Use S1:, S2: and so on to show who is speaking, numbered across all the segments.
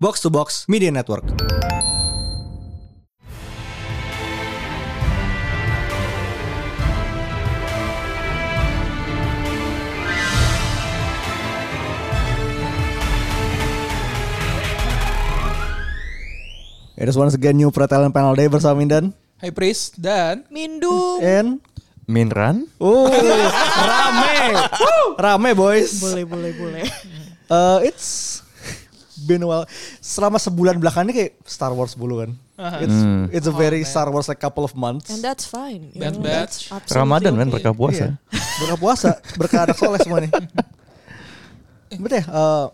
S1: Box to Box Media Network. It is once again new Pro Talent Panel Day bersama Mindan
S2: Hai Pris dan
S3: Mindu.
S1: and
S4: Minran?
S1: Oh, rame, rame boys.
S3: Boleh, boleh, boleh.
S1: Eh, it's been a while. Selama sebulan belakangan ini kayak Star Wars dulu kan. It's
S4: Hmm.
S1: it's a very Star Wars like couple of months.
S3: And that's fine. you
S2: Bad
S3: know,
S2: batch.
S3: that's absolutely
S4: Ramadan kan berkah
S1: Iya.
S4: puasa.
S1: Berkah puasa, berkah anak soleh semua nih. Betul ya, eh,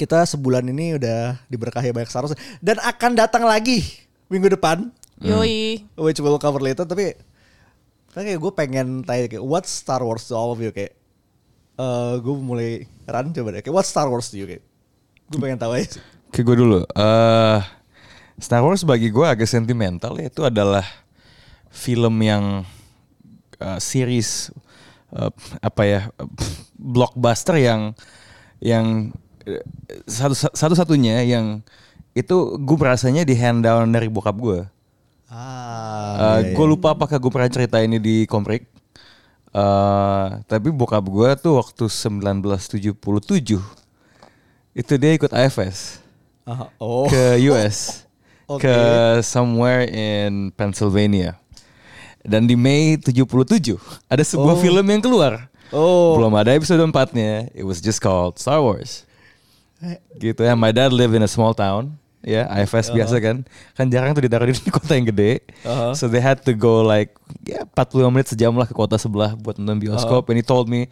S1: kita sebulan ini udah diberkahi banyak Star Wars dan akan datang lagi minggu depan,
S3: Yoi.
S1: which we'll cover later. Tapi kan kayak gue pengen tanya kayak what Star Wars to all of you kayak eh gue mulai run coba deh kayak what Star Wars to you kayak gue pengen tahu aja.
S4: Ke gue dulu. eh Star Wars bagi gue agak sentimental ya. Itu adalah film yang eh, series eh, apa ya blockbuster yang yang eh, satu satu satunya yang itu gue merasanya di hand down dari bokap gue. Eh,
S1: Ah,
S4: gue lupa apakah gue pernah cerita ini di komprek. Eh, tapi bokap gue tuh waktu 1977 itu dia ikut AFS
S1: Ah, oh.
S4: ke US
S1: Oke.
S4: ke somewhere in Pennsylvania. Dan di Mei 77 ada sebuah film yang keluar.
S1: Oh.
S4: Belum ada episode 4-nya. It was just called Star Wars.
S1: Eh,
S4: Gitu ya. My dad live in a small town. Ya, IFS biasa kan. Kan jarang tuh ditaruh di kota yang gede.
S1: Uh-huh.
S4: So they had to go like ya 45 menit sejam lah ke kota sebelah buat nonton bioskop. And he told me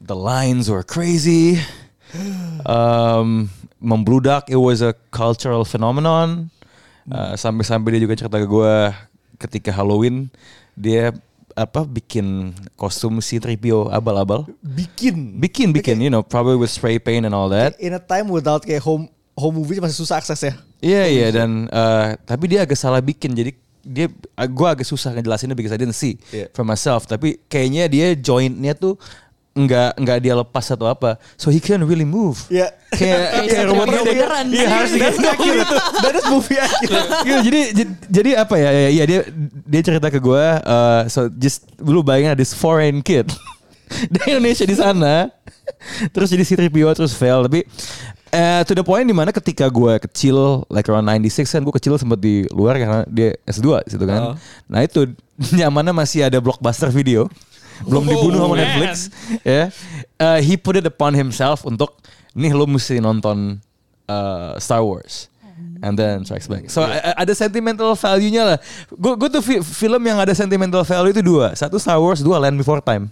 S4: the lines were crazy. Um, membludak, it was a cultural phenomenon. Uh, sampai-sampai dia juga cerita ke gue ketika Halloween dia apa bikin kostum si Tripio abal-abal.
S1: bikin
S4: Bikin bikin, you know, probably with spray paint and all that.
S1: in a time without kayak home home movie masih susah ya? aksesnya.
S4: Iya iya dan eh, tapi dia agak salah bikin jadi dia gue agak susah ngejelasinnya because I didn't see
S1: Iya.
S4: for myself tapi kayaknya dia jointnya tuh nggak nggak dia lepas atau apa so he can really move
S1: Iya.
S4: kayak
S3: Kayak
S4: kayak
S3: satria
S4: robotnya dia-
S3: beneran.
S4: iya harus
S1: That's
S4: digendong
S1: accurate. That is movie accurate.
S4: Iya, jadi j- jadi apa ya? Ya, ya, dia dia cerita ke gue. eh, so just lu bayangin ada this foreign kid dari Indonesia di sana. terus jadi si Tripio terus fail tapi eh, to the point dimana ketika gue kecil like around 96 kan gue kecil sempet di luar karena dia S2 situ kan. Nah itu nyamannya masih ada blockbuster video.
S2: Oh,
S4: Belum dibunuh sama
S2: man.
S4: Netflix ya. Eh, he put it upon himself untuk nih lo mesti nonton eh, Star Wars. And then Strikes Back. So a- a- ada sentimental value-nya lah. Gue tuh fi- film yang ada sentimental value itu dua. Satu Star Wars, dua Land Before Time.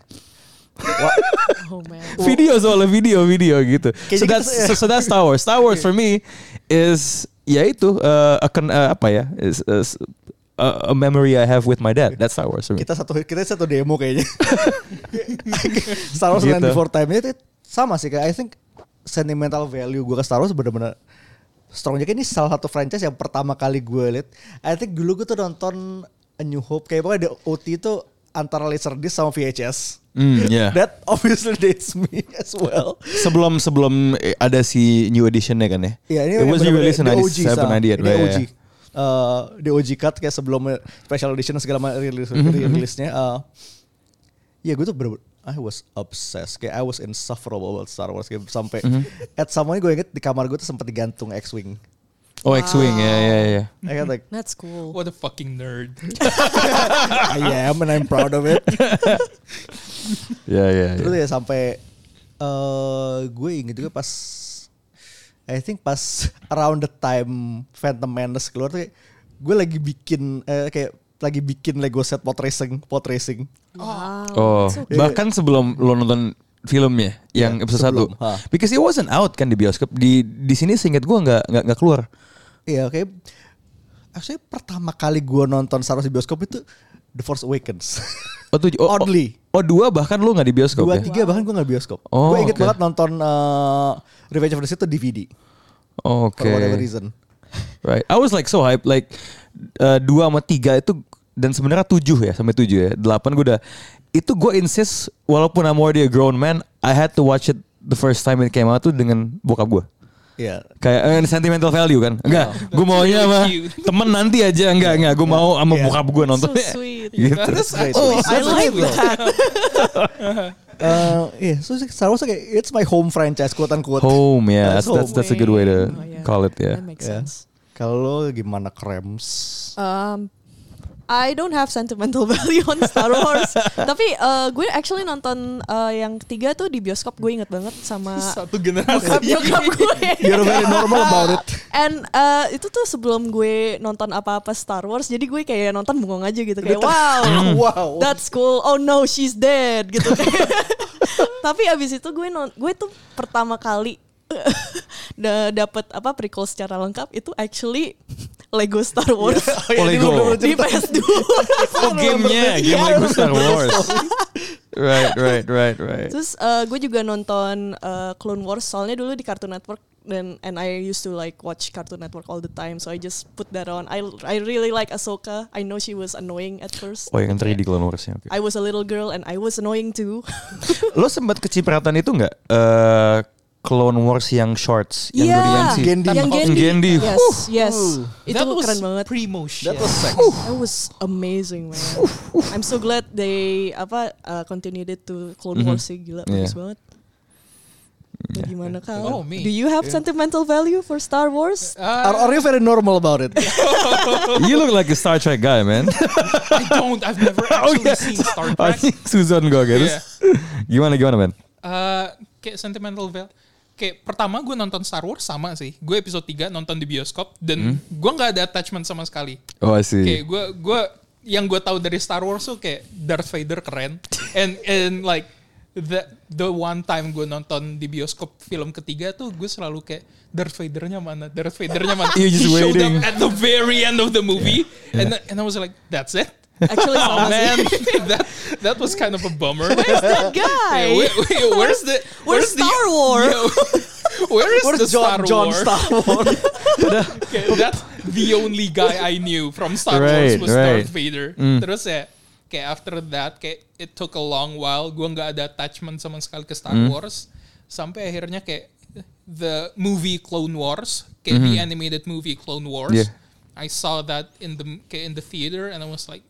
S3: Oh man.
S4: Video soalnya video video gitu.
S1: Kayaknya
S4: So that's,
S1: kita-
S4: so, so that's Star Wars. Star Wars for me is ya itu eh, akan eh, apa ya? Is, is a, a memory I have with my dad. That's Star Wars for me.
S1: Kita satu kita satu demo kayaknya. Star Wars Land
S4: Gitu.
S1: Before Time itu sama sih kayak I think sentimental value gue ke Star Wars benar-benar strongnya kayak ini salah satu franchise yang pertama kali gue liat. I think dulu gue tuh nonton A New Hope kayak pokoknya ada OT itu antara Laserdisc sama VHS.
S4: Hmm, yeah.
S1: That obviously dates me as well.
S4: sebelum sebelum eh, ada si new editionnya kan ya?
S1: Iya ini
S4: It was
S1: bener-bener
S4: released in
S1: the
S4: 97,
S1: sama.
S4: 98,
S1: Ini
S4: right,
S1: OG.
S4: yeah.
S1: Uh, the OG cut kayak sebelum special edition segala macam rilis
S4: Mm-hmm,
S1: rilisnya. Uh, ya gue tuh bener I was obsessed. Kayak I was insufferable about Star Wars. Kayak sampai
S4: Mm-hmm.
S1: at some point gue inget di kamar gue tuh sempat digantung X-wing.
S4: Oh X-Wing ya ya ya.
S1: I got like
S3: That's cool.
S2: what a fucking nerd.
S1: I am and I'm proud of it.
S4: Ya ya. ya.
S1: Terus ya sampai eh gue inget juga pas I think pas around the time Phantom Menace keluar tuh kayak, gue lagi bikin eh, kayak lagi bikin Lego set pot racing, pot racing.
S3: Wow.
S4: Oh,
S3: That's okay.
S4: bahkan sebelum lo nonton filmnya yang
S1: Iya,
S4: episode
S1: sebelum,
S4: 1.
S1: ha.
S4: Because it wasn't out kan di bioskop. Di di sini seingat gua nggak nggak nggak keluar.
S1: Iya, oke. Actually pertama kali gue nonton Star Wars di bioskop itu The Force Awakens.
S4: Oh, tuj- oh, oh,
S1: Oddly.
S4: oh, dua bahkan lo nggak di bioskop
S1: Dua
S4: ya.
S1: tiga bahkan gue nggak bioskop.
S4: Oh,
S1: gue inget
S4: oke.
S1: banget nonton eh, Revenge of the Sith itu DVD
S4: Oke.
S1: for whatever reason.
S4: Right. I was like so hype like uh, dua sama tiga itu dan sebenarnya tujuh ya sampai tujuh ya delapan gue udah itu gue insist walaupun I'm already a grown man I had to watch it the first time it came out tuh dengan bokap gue.
S1: Iya.
S4: Kayak eh, sentimental value kan? Enggak, gue maunya sama
S2: Really cute.
S4: temen nanti aja. Enggak, enggak. Gue mau sama
S1: Iya.
S4: bokap gue nonton.
S3: So sweet.
S4: gitu.
S2: That's
S1: Great. Oh,
S2: actually so
S3: I like
S2: sweet,
S3: that.
S1: Eh, iya, so Star Wars kayak it's my home franchise quote unquote.
S4: Home, yeah. That's,
S1: That's
S4: that's, that's a good way to
S3: Oh, yeah.
S4: call it, yeah.
S3: That makes
S1: Yeah.
S3: sense.
S1: Kalau lo gimana Krems?
S3: Um, I don't have sentimental value on Star Wars. Tapi eh, gue actually nonton eh, yang ketiga tuh di bioskop gue inget banget sama
S2: Satu generasi.
S3: bokap nyokap gue.
S1: You're very normal about it.
S3: And eh, itu tuh sebelum gue nonton apa-apa Star Wars, jadi gue kayak nonton bengong aja gitu kayak
S1: Hmm.
S3: wow,
S1: wow.
S3: that's cool. Oh no, she's dead gitu. Tapi abis itu gue non, gue tuh pertama kali da- dapet apa prequel secara lengkap itu actually Lego Star Wars
S4: Oh, Lego.
S3: di PS2.
S4: Oh, gamenya. Game Lego Star Wars. right, right, right, right.
S3: Terus eh, gue juga nonton eh, Clone Wars soalnya dulu di Cartoon Network dan and I used to like watch Cartoon Network all the time so I just put that on. I I really like Ahsoka. I know she was annoying at first.
S4: Oh yang 3D Clone Wars ya. oke.
S3: I was a little girl and I was annoying too.
S4: Lo sempat kecipratan itu nggak? Eh, Clone Wars yang shorts yang
S3: Iya.
S4: dari
S1: Gendi.
S3: Yang
S4: Oh,
S3: Gendi.
S4: Gendi.
S3: Yes, yes.
S1: Huh.
S3: Itu
S2: That was
S3: keren banget.
S2: Primo shit.
S1: That was sex.
S3: That was amazing, man. I'm so glad they apa uh, continued it to Clone
S4: Mhm.
S3: Wars sih gila bagus
S4: Yeah. Mm-hmm.
S3: banget. Bagaimana
S2: Oh,
S3: kau?
S2: me.
S3: Do you have
S2: Yeah.
S3: sentimental value for Star Wars?
S1: Are,
S2: Uh,
S1: are you very normal about it?
S4: You look like a Star Trek guy, man.
S2: I don't. I've never
S4: Oh,
S2: actually
S4: yeah.
S2: seen Star Trek.
S4: Anjing, Susan Goggins. Gimana gimana, man?
S2: Eh, kayak sentimental value. Kayak pertama gue nonton Star Wars sama sih. Gue episode 3 nonton di bioskop
S1: Hmm.
S2: dan gue nggak ada attachment sama sekali.
S4: Oh, I
S2: Kayak
S4: see.
S2: gue gue yang gue tahu dari Star Wars tuh kayak Darth Vader keren. And and like the the one time gue nonton di bioskop film ketiga tuh gue selalu kayak Darth Vadernya mana? Darth Vadernya mana?
S4: You're just
S2: He showed
S4: waiting.
S2: up at the very end of the movie and and I was like that's it.
S3: Actually,
S2: Oh
S3: sama sih.
S2: man, that that was kind of a bummer.
S3: That guy.
S2: Yeah, wait, wait, where's the
S3: Where's
S2: the-
S3: Star Wars?
S2: Yeah, where is the
S1: Where's
S2: Star
S1: John, John
S2: Wars?
S1: Star Wars?
S2: Okay, that's the only guy I knew from Star
S4: Right,
S2: Wars was
S4: right. Mm.
S2: Darth Vader. Terus ya, kayak after that, kayak it took a long while. Gue nggak ada attachment sama sekali ke Star
S4: Mm.
S2: Wars. Sampai akhirnya kayak the movie Clone Wars, kayak the animated movie Clone Wars.
S4: Mm-hmm. Yeah.
S2: I saw that in the kayak in the theater and I was like,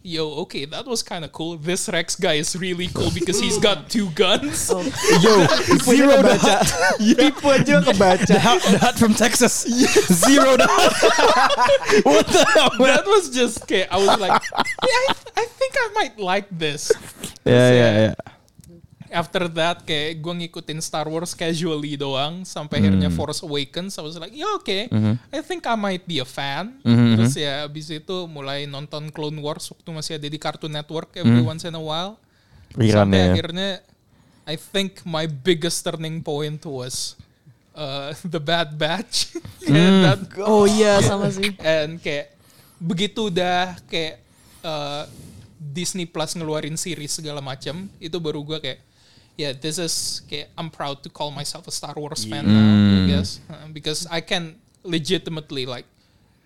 S2: Yo, okay, that was kind of cool. This Rex guy is really cool because he's got two guns.
S1: Yo, zero baca. Tipe aja kebaca.
S4: The hut, the hut from Texas. Zero the hut. What the hell, man?
S2: that was just okay. I was like, yeah, I, I think I might like this.
S4: Ya ya ya.
S2: After that, kayak gue ngikutin Star Wars casually doang sampai akhirnya Force Awakens. I was like, yeah, okay. I think I might be a fan. Terus ya abis itu mulai nonton Clone Wars waktu masih ada di Cartoon Network every once in a while.
S4: Rerun
S2: Iya. Sampai
S4: ya.
S2: akhirnya, I think my biggest turning point was uh, the Bad Batch. And that-
S3: Oh iya, sama sih.
S2: And kayak begitu udah kayak uh, Disney Plus ngeluarin series segala macam, itu baru gua kayak yeah this is kayak I'm proud to call myself a Star Wars fan now, I guess Uh, because I can legitimately like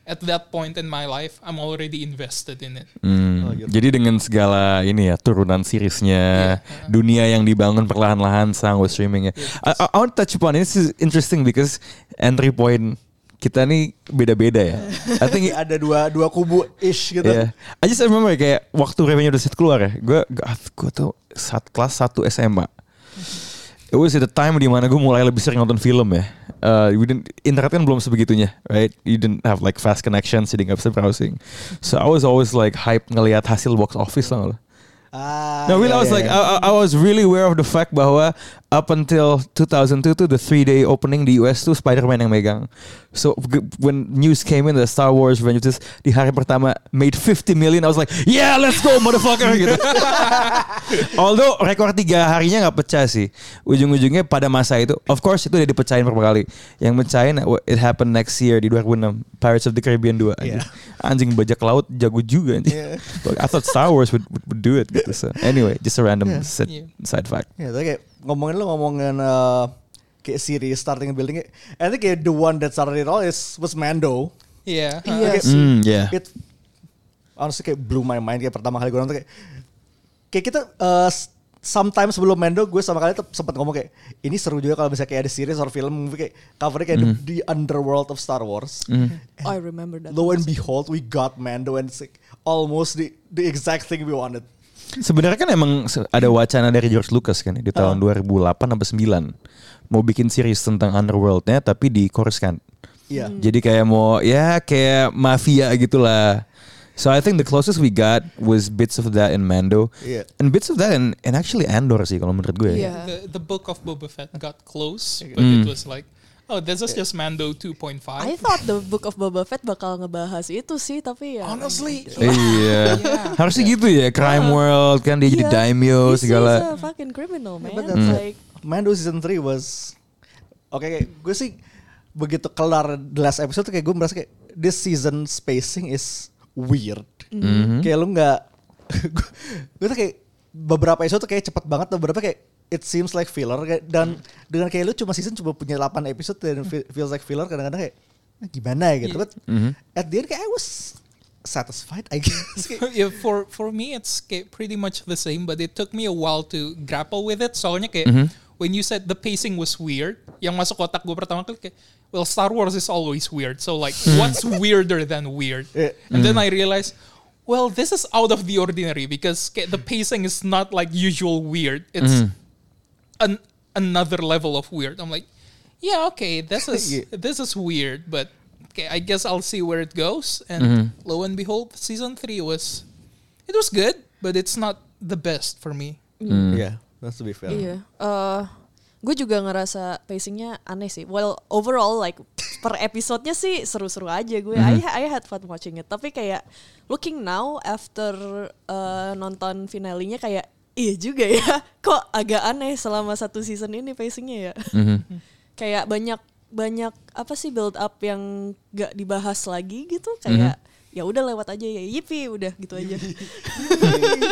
S2: at that point in my life I'm already invested in it.
S4: Hmm.
S2: Oh, gitu.
S4: Jadi dengan segala ini ya turunan
S2: Iya.
S4: seriesnya,
S2: Uh-huh.
S4: dunia yang dibangun perlahan-lahan sang web streaming ya. I, I- I want to touch upon this is interesting because entry point kita nih beda-beda ya. I think
S1: Ada dua dua kubu ish gitu.
S4: Yeah. Iya. I just remember kayak waktu revenue udah set keluar ya, gue gue tuh saat kelas 1 SMA. It was at the time di mana gue mulai lebih sering nonton film ya. Uh, we didn't, internet kan belum sebegitunya, right? You didn't have like fast connection, jadi nggak bisa browsing. So I was always like hype ngelihat hasil box office tau nggak lo.
S1: Ah,
S4: No,
S1: iya,
S4: really, I was
S1: iya,
S4: like, uh,
S1: iya.
S4: I, I- I was really aware of the fact bahwa up until 2002 tuh the three day opening di US tuh Spider-Man yang megang. So g- when news came in the Star Wars Revenge of the Sith, di hari pertama made 50 million, I was like, yeah, let's go, motherfucker gitu. Although rekor tiga harinya nggak pecah sih. Ujung-ujungnya pada masa itu, of course itu udah dipecahin beberapa kali. Yang mecahin it happened next year di 2006, Pirates of the Caribbean 2. Anjing, anjing bajak laut jago juga anjing. Like, I thought Star Wars would, would, would do it gitu. So, anyway, just a random
S1: Yeah.
S4: side,
S2: Yeah.
S4: side fact.
S1: Ya, tapi kayak ngomongin lo ngomongin eh, kayak series starting and building. I think kayak the one that started it all is was Mando.
S2: Yeah.
S3: Iya
S1: Kayak-
S3: sih.
S4: Hmm, yeah.
S1: It honestly kayak blew my mind kayak pertama kali gue nonton kayak kayak kita eh, s- sometimes sebelum Mendo gue sama kalian tuh sempat ngomong kayak ini seru juga kalau misalnya kayak ada series or film movie kayak covernya kayak the, the underworld of Star Wars.
S3: Oh, I remember that.
S1: Lo and behold, we got Mando and it's like almost the the exact thing we wanted.
S4: Sebenarnya kan emang se- ada wacana dari George Lucas kan ya, di tahun 2008 sampai 9 mau bikin series tentang underworldnya tapi kan. dikoroskan.
S1: Iya.
S3: Hmm.
S4: Jadi kayak mau ya kayak mafia gitulah. So I think the closest we got was bits of that in Mando
S1: Iya.
S4: and bits of that in, and actually Andor sih kalau menurut gue. ya.
S3: Iya.
S2: The, the book of Boba Fett got close, but it was like, oh, this is just Mando 2.5.
S3: I thought the Book of Boba Fett bakal ngebahas itu sih, tapi ya.
S2: Honestly,
S4: Iya. Harusnya gitu ya, crime world kan dia jadi
S3: Iya,
S4: daimyo
S3: this is
S4: segala. Hmm.
S3: a fucking criminal, man.
S1: But that's
S3: Like,
S1: Mando season 3 was Oke kayak gue sih begitu kelar the last episode tuh kayak gue merasa kayak this season spacing is weird. Kayak lu nggak gue- gue tuh kayak beberapa episode tuh kayak cepet banget beberapa kayak it seems like filler kayak, dan dengan kayak lu cuma season cuma punya 8 episode dan fe- feels like filler kadang-kadang kayak "Ah, gimana ya gitu. But at the end kayak I was satisfied I guess. Kayak,
S2: yeah, for for me it's kayak pretty much the same, but it took me a while to grapple with it. Soalnya kayak when you said the pacing was weird, yang masuk otak gue pertama kali kayak, well Star Wars is always weird. So like, what's weirder than weird?
S1: Yeah.
S2: And then I realized, well, this is out of the ordinary because kayak, the pacing is not like usual weird. It's an another level of weird. I'm like, yeah, okay, this is
S1: Yeah.
S2: this is weird, but okay, I guess I'll see where it goes. And lo and behold, season three was it was good, but it's not the best for me.
S1: Yeah, that's to be fair.
S4: Gitu.
S3: Iya. Eh, gue juga ngerasa pacingnya aneh sih. Well, overall like per episodenya sih seru-seru aja gue.
S4: Mhm.
S3: I, I had fun watching it. Tapi kayak looking now after eh, nonton finalnya kayak iya juga ya. Kok agak aneh selama satu season ini pacingnya ya.
S4: Mhm.
S3: kayak banyak banyak apa sih build up yang gak dibahas lagi gitu kayak
S4: Mhm.
S3: ya udah lewat aja ya yipi udah gitu aja.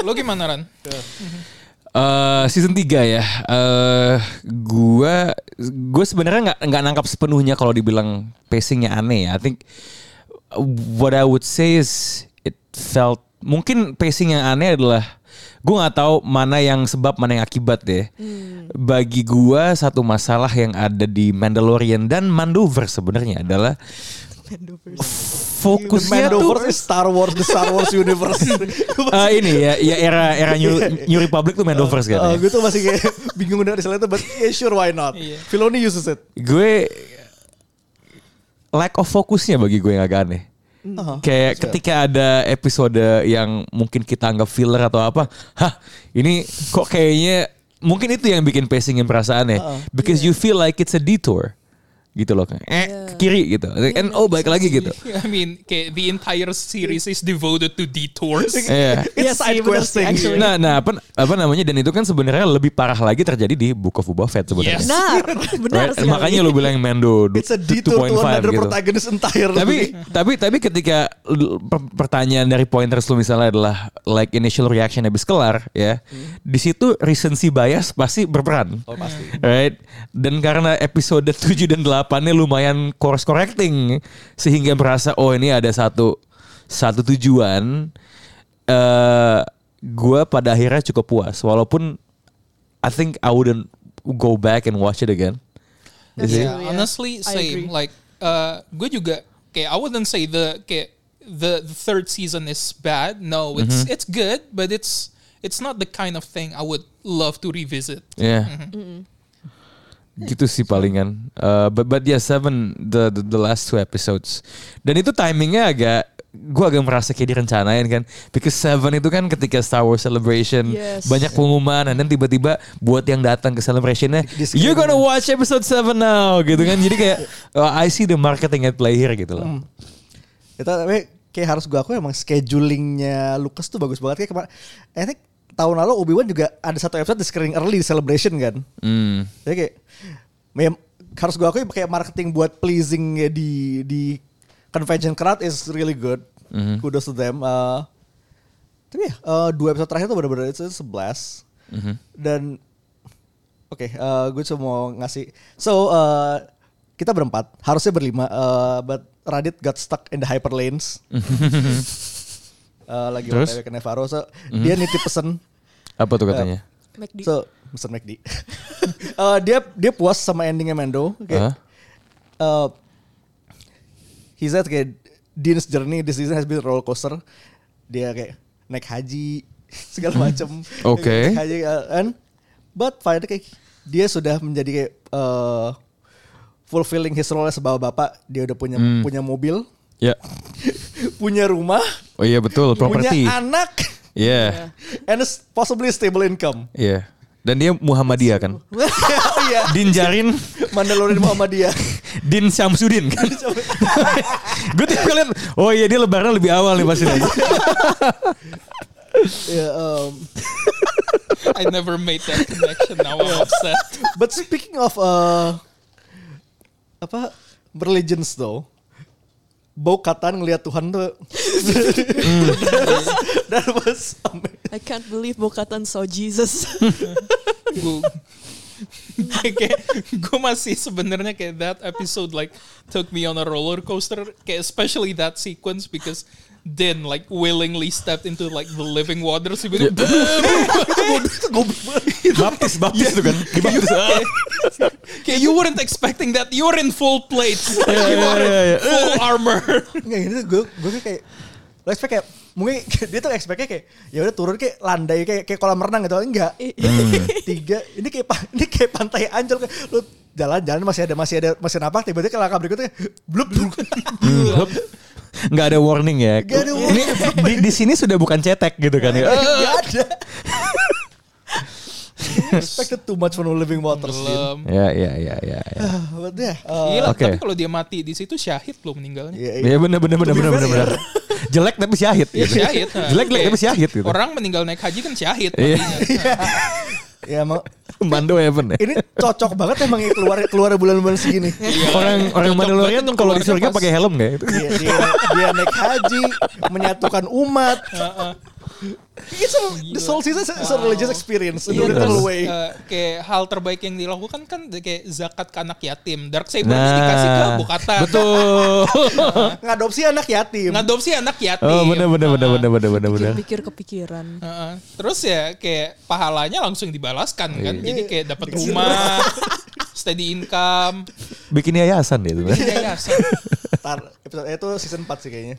S2: lo gimana Ran?
S4: Eh, season 3 ya. Eh gua gue sebenarnya nggak nggak nangkap sepenuhnya kalau dibilang pacingnya aneh ya. I think what I would say is it felt mungkin pacing yang aneh adalah gue nggak tahu mana yang sebab mana yang akibat deh. Bagi gua satu masalah yang ada di Mandalorian dan Mandover sebenarnya adalah fokusnya
S1: The
S4: tuh
S1: Mandover is Star Wars, the Star Wars universe.
S4: Eh, ini ya, ya era era New, New Republic tuh Mandover kan.
S1: Eh,
S4: ya.
S1: gue tuh masih kayak bingung dengan istilah itu, but yeah, sure why not.
S2: Iya.
S1: Filoni uses it.
S4: gue lack of fokusnya bagi gue yang agak aneh. Hmm.
S1: Ah. Oh,
S4: Kayak ketika ada episode yang mungkin kita anggap filler atau apa, hah ini kok kayaknya mungkin itu yang bikin pacingin perasaannya,
S1: Oh,
S4: because you feel like it's a detour, gitu loh, kayak, eh ke kiri gitu, and oh balik lagi gitu.
S2: I mean, kayak the entire series is devoted to detours.
S4: Iya.
S1: It's
S3: Iya sih,
S1: side
S3: bener sih,
S1: questing.
S3: actually.
S4: Nah, nah apa, apa namanya dan itu kan sebenarnya lebih parah lagi terjadi di Book of Boba Fett sebenarnya.
S2: Yes.
S3: Benar, Nah, benar
S4: Right?
S3: sekali.
S4: Makanya lu bilang Mando
S1: It's a detour to
S4: 2.5
S1: another
S4: gitu.
S1: protagonist entirely.
S4: tapi tapi tapi ketika l- per- pertanyaan dari pointers lu misalnya adalah like initial reaction habis kelar ya di situ recency bias pasti berperan oh, pasti right dan karena episode 7 dan 8 nya lumayan course correcting sehingga merasa oh ini ada satu satu tujuan eh gua pada akhirnya cukup puas walaupun I think I wouldn't go back and watch it again Is it?
S2: Yeah,
S3: ya.
S2: honestly,
S3: I
S2: same.
S3: agree.
S2: Like, uh, gue juga kayak I wouldn't say the kayak the, the third season is bad. No, it's
S4: Mm-hmm.
S2: it's good, but it's it's not the kind of thing I would love to revisit.
S4: Yeah. Iya. Gitu sih palingan. Uh, but but yeah seven the, the the last two episodes. Dan itu timingnya agak gue agak merasa kayak direncanain kan, because seven itu kan ketika Star Wars Celebration
S3: Yes.
S4: banyak pengumuman, dan tiba-tiba buat yang datang ke celebrationnya,
S1: Disclaimer.
S4: you're gonna watch episode 7 now, gitu kan. Jadi kayak oh, I see the marketing at play here gitu loh.
S1: Itu Ya, tapi kayak harus gue aku emang schedulingnya Lucas tuh bagus banget kayak kemarin. I think tahun lalu Obi Wan juga ada satu episode di screening early di celebration kan.
S4: Hmm.
S1: Jadi kayak mem- harus gue akui kayak marketing buat pleasing di di convention crowd is really good. Kudos to them. Uh, tapi ya uh, dua episode terakhir tuh benar-benar itu sebelas dan oke uh, gue cuma mau ngasih so uh, kita berempat harusnya berlima uh, but Radit got stuck in the Uh, hyper lanes Uh, lagi
S4: Terus?
S1: otw ke Navarro so dia nitip pesen
S4: Apa tuh katanya?
S1: Eh,
S3: McD.
S1: So, Mr. McD. Eh, dia dia puas sama endingnya Mando. Kayak, eh, he said kayak Dean's journey this season has been a roller coaster. Dia kayak naik haji segala macam.
S4: Oke.
S1: Naik haji eh, and but finally kayak dia sudah menjadi kayak eh, fulfilling his role sebagai bapak. Dia udah punya punya mobil,
S4: Ya.
S1: punya rumah,
S4: Oh iya betul, properti.
S1: punya anak,
S4: Iya.
S1: and a s- possibly stable income.
S4: Iya. Dan dia Muhammadiyah kan.
S1: oh iya,
S4: Din Jarin,
S1: Mandalorian Muhammadiyah.
S4: Din Syamsuddin kan. Gue tiap kali liat, oh iya dia lebaran lebih awal nih pasti.
S1: Ya, um,
S2: I never made that connection. Now I'm upset.
S1: but speaking of uh, apa religions though, Bo Katan ngelihat Tuhan tuh. that was amazing.
S3: I can't believe Bokatan saw Jesus.
S2: gue gue masih sebenarnya kayak that episode like took me on a roller coaster kayak especially that sequence because Din like willingly stepped into like the living water sih gitu.
S4: baptis, baptis tuh
S2: Iya,
S4: kan. Dibaptis.
S2: Kayak- kayak you weren't expecting that you were in full plates you were in
S4: iya, iya.
S2: full armor
S1: Nggak gini tuh gue gue kayak lo expect kayak mungkin dia tuh expectnya kayak ya udah turun kayak landai kayak kayak kolam renang gitu enggak
S3: Hmm.
S4: Hmm,
S1: tiga ini kayak pa- ini kayak pantai Ancol kayak lu jalan-jalan masih ada masih ada masih nampak tiba-tiba kayak langkah berikutnya blub blub
S4: Hmm, Nggak ada warning ya.
S1: Nggak ada
S4: Ini di, di sini sudah bukan cetek gitu kan ya.
S1: Gak ada. Expected too much from living waters. Lin.
S2: belum
S4: Ya, ya, ya, ya. ya.
S1: Ah, iya, But yeah. uh,
S2: Gila,
S4: Oke.
S2: tapi kalau dia mati di situ syahid lo meninggalnya.
S1: yeah,
S4: Ya
S1: yeah.
S4: bener bener
S1: To
S4: bener
S1: be
S4: bener bener.
S1: fair,
S4: bener. Jelek tapi syahid.
S2: Ya
S4: gitu.
S2: syahid. nah.
S4: Jelek jelek
S2: Kayak
S4: tapi syahid gitu.
S2: Orang meninggal naik haji kan syahid.
S4: Iya.
S1: Ya, emang
S4: Mando Heaven ya.
S1: ini cocok banget emang ya keluar keluar bulan-bulan segini.
S4: Orang
S2: Iya.
S4: orang
S2: Cocok
S4: Mandalorian
S2: banget tuh
S4: kalau di
S2: keluarnya
S4: surga
S2: pas-
S4: pakai helm nggak? ya?
S1: Dia, dia, dia naik haji, menyatukan umat.
S2: Heeh.
S1: It's a, the soul season is a, is a religious experience in a
S2: Iya,
S1: literal
S2: terus,
S1: way.
S2: eh, kayak hal terbaik yang dilakukan kan kayak zakat ke anak yatim. Dark Saber
S4: Nah,
S2: dikasih ke Bukata.
S4: Betul.
S1: Ngadopsi anak yatim.
S2: Ngadopsi anak yatim.
S4: oh bener bener bener
S2: Nah,
S4: bener bener bener bener.
S3: Pikir kepikiran.
S2: Heeh. Terus ya kayak pahalanya langsung dibalaskan kan.
S4: Iya.
S2: Jadi kayak dapat rumah, steady income,
S4: Bikin yayasan dia tuh. kan.
S2: yayasan.
S1: Tar, episode itu season 4 sih kayaknya.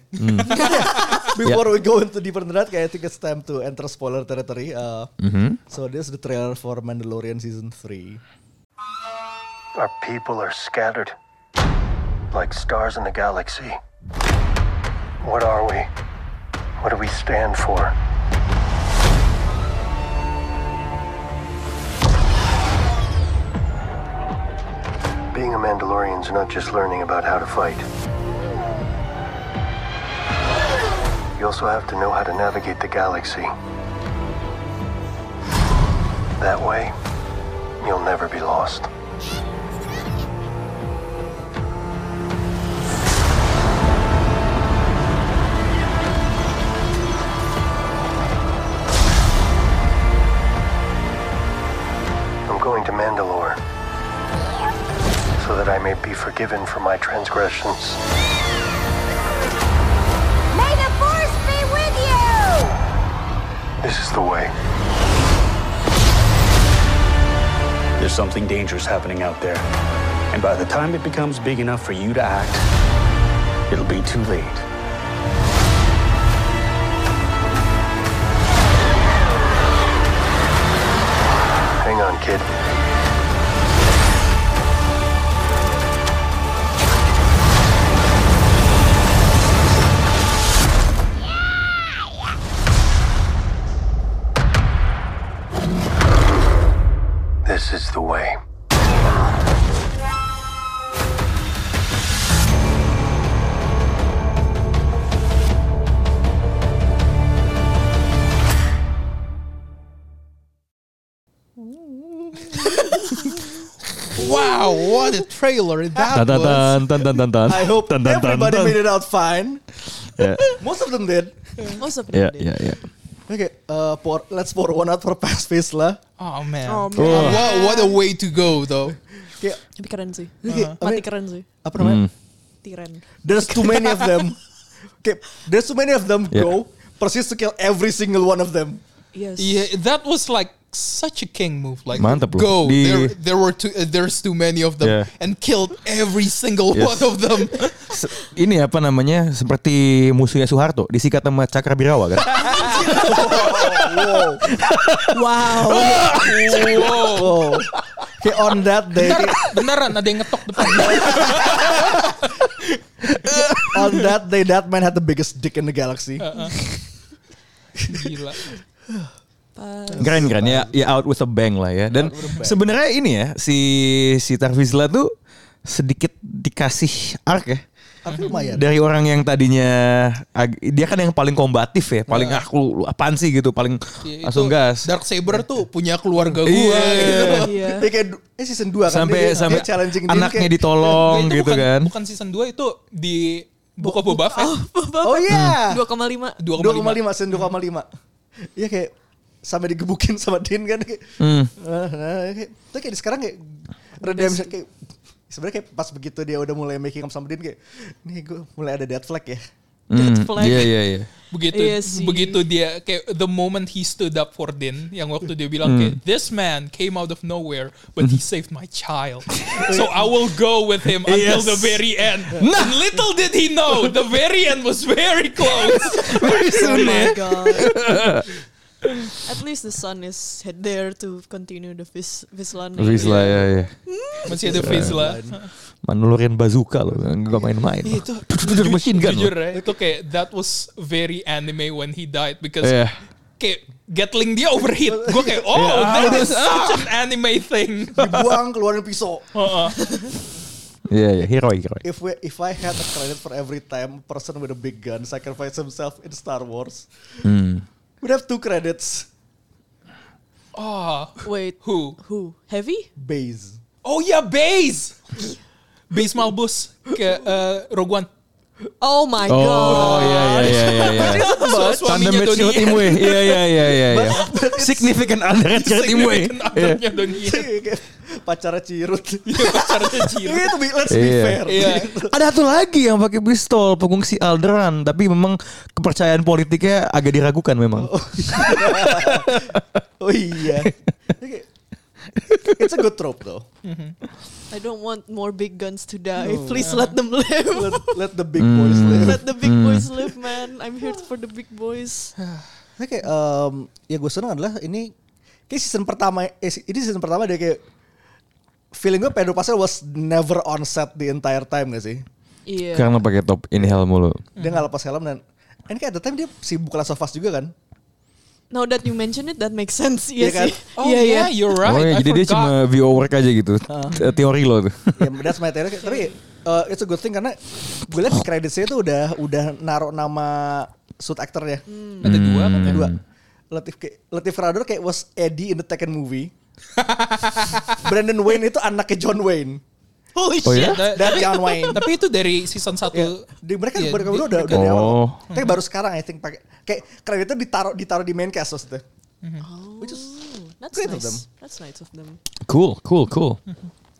S1: Before we go into deeper than that, kayak I think it's time to enter spoiler territory. Uh,
S4: Mm-hmm.
S1: So this is the trailer for Mandalorian season 3.
S5: Our people are scattered like stars in the galaxy. What are we? What do we stand for? Being a Mandalorian's not just learning about how to fight. You also have to know how to navigate the galaxy. That way, you'll never be lost. I'm going to Mandalore so that I may be forgiven for my transgressions.
S6: May the force be with you!
S5: This is the way.
S7: There's something dangerous happening out there. And by the time it becomes big enough for you to act, it'll be too late.
S5: Hang on, kid. This is the way.
S2: Wow, Ah, what a trailer that
S4: Tan tan
S2: was.
S4: tan tan tan tan tan.
S1: I hope
S4: Tan, tan, tan,
S1: everybody
S4: tan.
S1: made it out fine.
S4: Ya,
S1: Most of them did.
S3: Oh
S4: Ya
S3: sebenarnya.
S4: ya ya.
S1: Okay, uh, pour, let's pour one out for Past Face lah.
S2: Oh man.
S3: Oh, man.
S2: Wow, what a way to go though.
S1: Kayak,
S3: Tapi keren sih.
S1: Oke,
S3: Mati
S1: apa-
S3: keren sih.
S1: apa namanya?
S4: Hmm.
S3: Tiren.
S1: There's too many of them. Okay, there's too many of them.
S4: Yeah.
S1: Go. Proceeds to kill every single one of them.
S2: Iya,
S3: Yes.
S2: Yeah, that was like such a king move. Like
S4: Mantap loh.
S2: go.
S4: Di-
S2: there, there were too, uh, there's too many of them
S4: Yeah.
S2: and killed every single
S4: Yes.
S2: one of them.
S4: Se- ini apa namanya seperti musuhnya Soeharto disikat sama Cakra Birawa kan
S1: Oh,
S3: Wow.
S2: Wow.
S1: Oh. Kayak on that day, kayak
S2: Beneran ada yang ngetok depan.
S1: on that day that man had the biggest dick in the galaxy.
S2: Uh. Gila.
S4: keren keren ya ya out with a bang lah ya dan sebenarnya ini ya si si Tarvisla tuh sedikit dikasih arc ya
S1: Tapi lumayan.
S4: dari orang yang tadinya ag- dia kan yang paling kombatif ya paling ah lu, lu apaan sih gitu paling
S2: Ya,
S4: langsung
S2: itu
S4: gas
S2: Dark Saber tuh punya keluarga gua.
S4: Iya.
S2: gitu.
S3: Iya.
S1: Dia kayak eh season 2 kan dia-
S4: sampai
S1: dia
S4: sampai
S1: challenging dia
S4: anaknya
S1: kayak,
S4: ditolong
S2: Itu
S4: gitu
S2: bukan,
S4: kan
S2: Bukan season 2 itu di Book of Boba Fett.
S1: Oh iya.
S3: 2,5.
S2: 2,5.
S1: 2,5 sen 2,5. Iya kayak sampai digebukin sama Din kan kayak. Nah, nah, kayak, tapi kayak sekarang kayak redemption kayak sebenarnya kayak pas begitu dia udah mulai making up sama Din kayak nih gue mulai ada dead flag ya.
S4: Hmm,
S3: flag.
S4: iya iya iya
S2: Begitu
S3: Iya sih.
S2: begitu dia kayak the moment he stood up for Din yang waktu dia
S4: Hmm.
S2: bilang kayak this man came out of nowhere but he saved my child. so I will go with him until
S4: Yes. Nah.
S2: the very end. And little did he know the very end was very close.
S3: Oh my god. At least the sun is there to continue the vis Vislan.
S4: Visla ya ya
S2: Masih ada Vizsla.
S4: manulorin bazooka loh nggak main-main loh.
S2: Ju-
S4: machine gun
S2: jujur
S4: Kan, loh.
S2: ya, itu kayak that was very anime when he died because
S4: Iya.
S2: kayak Gatling dia overheat. Gue kayak oh
S4: Iya.
S2: that is such an
S4: Ah.
S2: anime thing.
S1: Buang keluarin pisau.
S2: Heeh.
S4: Iya iya heroi heroi.
S1: If we, if I had a credit for every time a person with a big gun sacrificed himself in Star Wars, we'd have two credits.
S2: oh,
S3: Wait,
S2: who?
S3: who? Heavy?
S1: Base.
S2: Oh ya Baze. Baze Malbus ke eh, Rogue One.
S3: Oh my
S4: Oh
S3: god.
S4: iya iya iya iya. iya.
S2: Su-
S4: Tandem
S2: Suaminya
S4: Ceo
S2: Donnie Yen.
S4: Timwe. Iya iya iya iya iya. Significant other Ceo Timwe. Iya.
S2: Significant other-nya Donnie Yen.
S1: Iya, Kayak Pacara cirut.
S2: Iya, pacarnya Jiro.
S1: Itu be- let's be
S4: Iya.
S1: fair. Gitu.
S2: Iya.
S4: Ada satu lagi yang pakai pistol pengungsi Alderan, tapi memang kepercayaan politiknya agak diragukan memang.
S1: Oh iya. Kayak- It's a good trope though.
S3: I don't want more big guns to die. Please let them live.
S1: Let, let the big boys live.
S3: let the big
S4: Hmm.
S3: boys live, man. I'm here for the big boys.
S1: Tapi kayak em, ya gue seneng adalah ini kayak season pertama eh, ini season pertama dia kayak feeling gue Pedro Pascal was never on set the entire time gak sih?
S3: Iya.
S4: Karena pakai top ini helm mulu.
S1: Dia nggak lepas helm dan and kayak at the time dia sibuk Last of Us juga kan?
S3: Now that you mention it, that makes sense.
S1: Iya
S3: Iya
S1: kan?
S3: sih.
S2: Oh yeah, you're right.
S4: oh,
S2: I
S4: iya, jadi dia
S2: forgot. Ah.
S4: cuma viewer aja gitu. Teori lo tuh.
S1: ya that's my theory. Tapi eh, it's a good thing karena gue liat di creditsnya itu udah udah naruh nama suit actornya.
S2: ada dua
S4: Hmm.
S2: kan?
S1: Kedua. Latif Latif Rador kayak was Eddie in the Tekken movie. Brandon Wayne itu anaknya John Wayne.
S3: Holy
S4: Oh
S3: shit.
S4: ya?
S2: Da-
S1: That
S2: tapi-
S1: John Wayne.
S2: Tapi itu dari season 1.
S1: Ya, di mereka
S2: Iya,
S1: mereka
S2: di-
S1: berdua udah
S4: mereka-
S1: udah dari awal.
S4: Oh.
S1: Tapi baru sekarang I think pakai kayak kreditnya ditaruh ditaruh di main cast maksudnya. Oh. Which is
S3: That's
S1: great of them.
S3: nice. That's nice of them.
S4: Cool, cool, cool.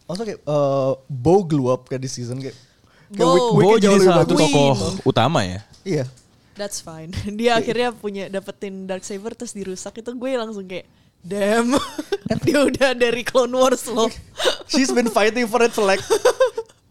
S1: Also kayak uh, Bo glow up kayak di season kayak. kayak
S3: Bo.
S1: Wick- Wicknya
S4: Bo
S1: jauh
S4: jadi
S1: lebih
S4: salah satu
S1: bagus.
S4: tokoh utama ya.
S1: Iya.
S3: That's fine. Dia akhirnya punya dapetin dark saber terus dirusak itu gue langsung kayak damn. Dia udah dari Clone Wars loh.
S1: She's been fighting for it for like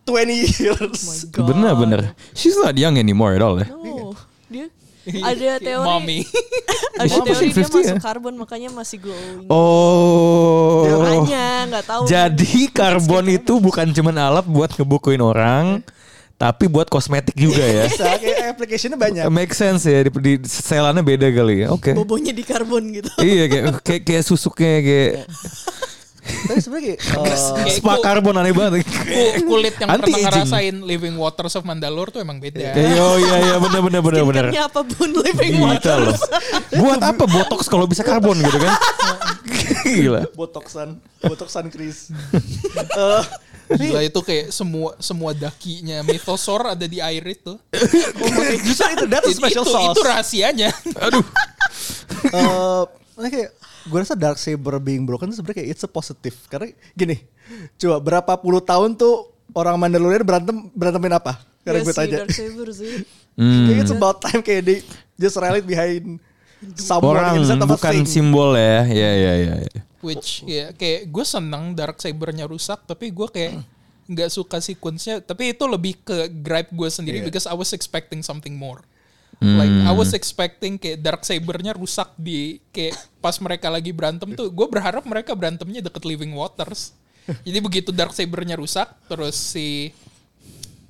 S1: 20
S3: Oh my
S1: years.
S3: god.
S4: Bener bener. She's not young anymore at all ya.
S3: No. Oh, Dia
S2: Iya.
S3: ada teori
S2: Mommy.
S3: ada
S4: Apa sih,
S3: teori dia
S4: 50 ya?
S3: masuk karbon makanya masih glowing.
S4: Oh.
S3: Makanya nggak tahu.
S4: Jadi karbon itu bukan cuman alat buat ngebukuin orang, tapi buat kosmetik juga ya.
S1: Bisa kayak application-nya banyak.
S4: Make sense ya, di, di selannya beda kali ya. Oke.
S3: bobonya di karbon gitu.
S4: Iya kayak, kayak kayak susuknya kayak
S1: Tapi sebenarnya kayak uh,
S2: Kayak
S4: spa
S2: ku-
S4: karbon aneh banget.
S2: ku- kulit yang
S4: Anti
S2: pernah
S4: aging.
S2: ngerasain Living Waters of Mandalore tuh emang beda.
S4: Eh, Yo iya iya bener bener bener bener. Iya,
S3: Skincare-nya apapun living
S4: Gila
S3: water.
S4: loh. Buat apa botox kalau bisa karbon gitu kan? Gila.
S1: botoxan, botoxan Chris. Eh,
S2: Gila itu kayak semua semua dakinya Mythosaur ada di air itu.
S1: justru itu that's a
S2: Itu-
S1: special
S2: itu,
S1: sauce.
S2: itu rahasianya.
S1: Eh, makanya kayak gue rasa dark saber being broken itu sebenarnya kayak it's a positive karena gini coba berapa puluh tahun tuh orang Mandalorian berantem berantemin apa karena
S3: Iya
S1: gue
S3: sih,
S1: tanya
S4: Hmm.
S3: dark saber sih.
S1: kayak it's about time kayak they just rally behind Someone
S4: Orang
S1: inside of a thing.
S4: bukan simbol ya. Ya ya ya. ya.
S2: Which ya kayak gue seneng dark sabernya rusak tapi gue kayak nggak suka sequence-nya tapi itu lebih ke gripe gue sendiri because I was expecting something more. Like I was expecting kayak dark sabernya rusak di kayak pas mereka lagi berantem tuh gue berharap mereka berantemnya deket living waters. Jadi begitu dark sabernya rusak terus si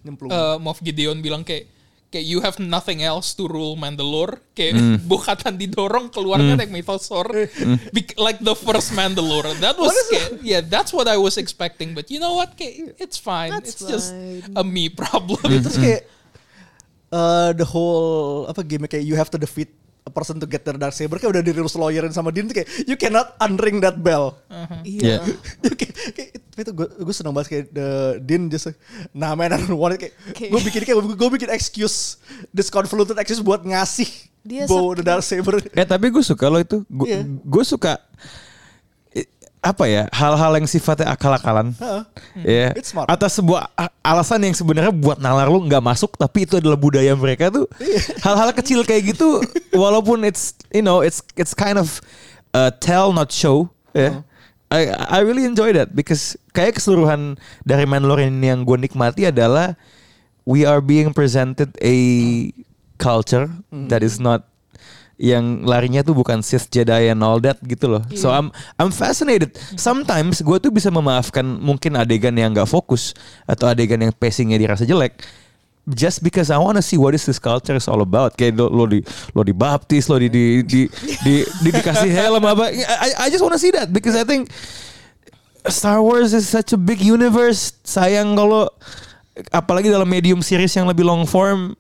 S1: Nyemplung.
S2: uh, Moff Gideon bilang kayak kayak you have nothing else to rule Mandalore kayak Bokhatan didorong kan keluarnya naik mythosaur Bec- like the first Mandalore that was kayak, yeah that's what I was expecting but you know what kayak it's fine
S3: That's
S2: it's just
S3: fine.
S2: a me problem
S1: Terus
S4: Hmm.
S1: kayak eh, the whole apa game kayak you have to defeat a person to get their dark saber kayak udah dirus lawyerin sama Din tuh kayak you cannot unring that bell.
S4: Ya.
S3: Iya.
S1: You can- kayak, itu gue gue seneng banget kayak the Din just like, nah man I don't want it kayak
S3: Kayak-
S1: gue bikin kayak gue bikin excuse this convoluted excuse buat ngasih
S3: Dia
S1: bow
S3: sak-
S1: the dark saber.
S4: Eh tapi gue suka loh itu. Gue
S1: Iya.
S4: gue suka eh, apa ya hal-hal yang sifatnya akal-akalan.
S1: Heeh.
S4: Ya.
S1: Hmm. It's smart.
S4: Atas sebuah a- alasan yang sebenarnya buat nalar lu nggak masuk tapi itu adalah budaya mereka tuh.
S1: Iya.
S4: Hal-hal kecil kayak gitu walaupun it's you know it's it's kind of uh, tell not show
S1: Oh.
S4: ya. I I really enjoy that because kayak keseluruhan dari Mandalorian yang gue nikmati adalah we are being presented a culture
S1: Hmm.
S4: that is not yang larinya tuh bukan Sith Jedi and all that gitu loh. So I'm I'm fascinated. Sometimes gue tuh bisa memaafkan mungkin adegan yang nggak fokus atau adegan yang pacingnya dirasa jelek. Just because I wanna see what is this culture is all about. Kayak lo, lo di lo dibaptis, lo di di di, di, di- dikasih helm apa. I, I just wanna see that because I think Star Wars is such a big universe. Sayang kalau apalagi dalam medium series yang lebih long form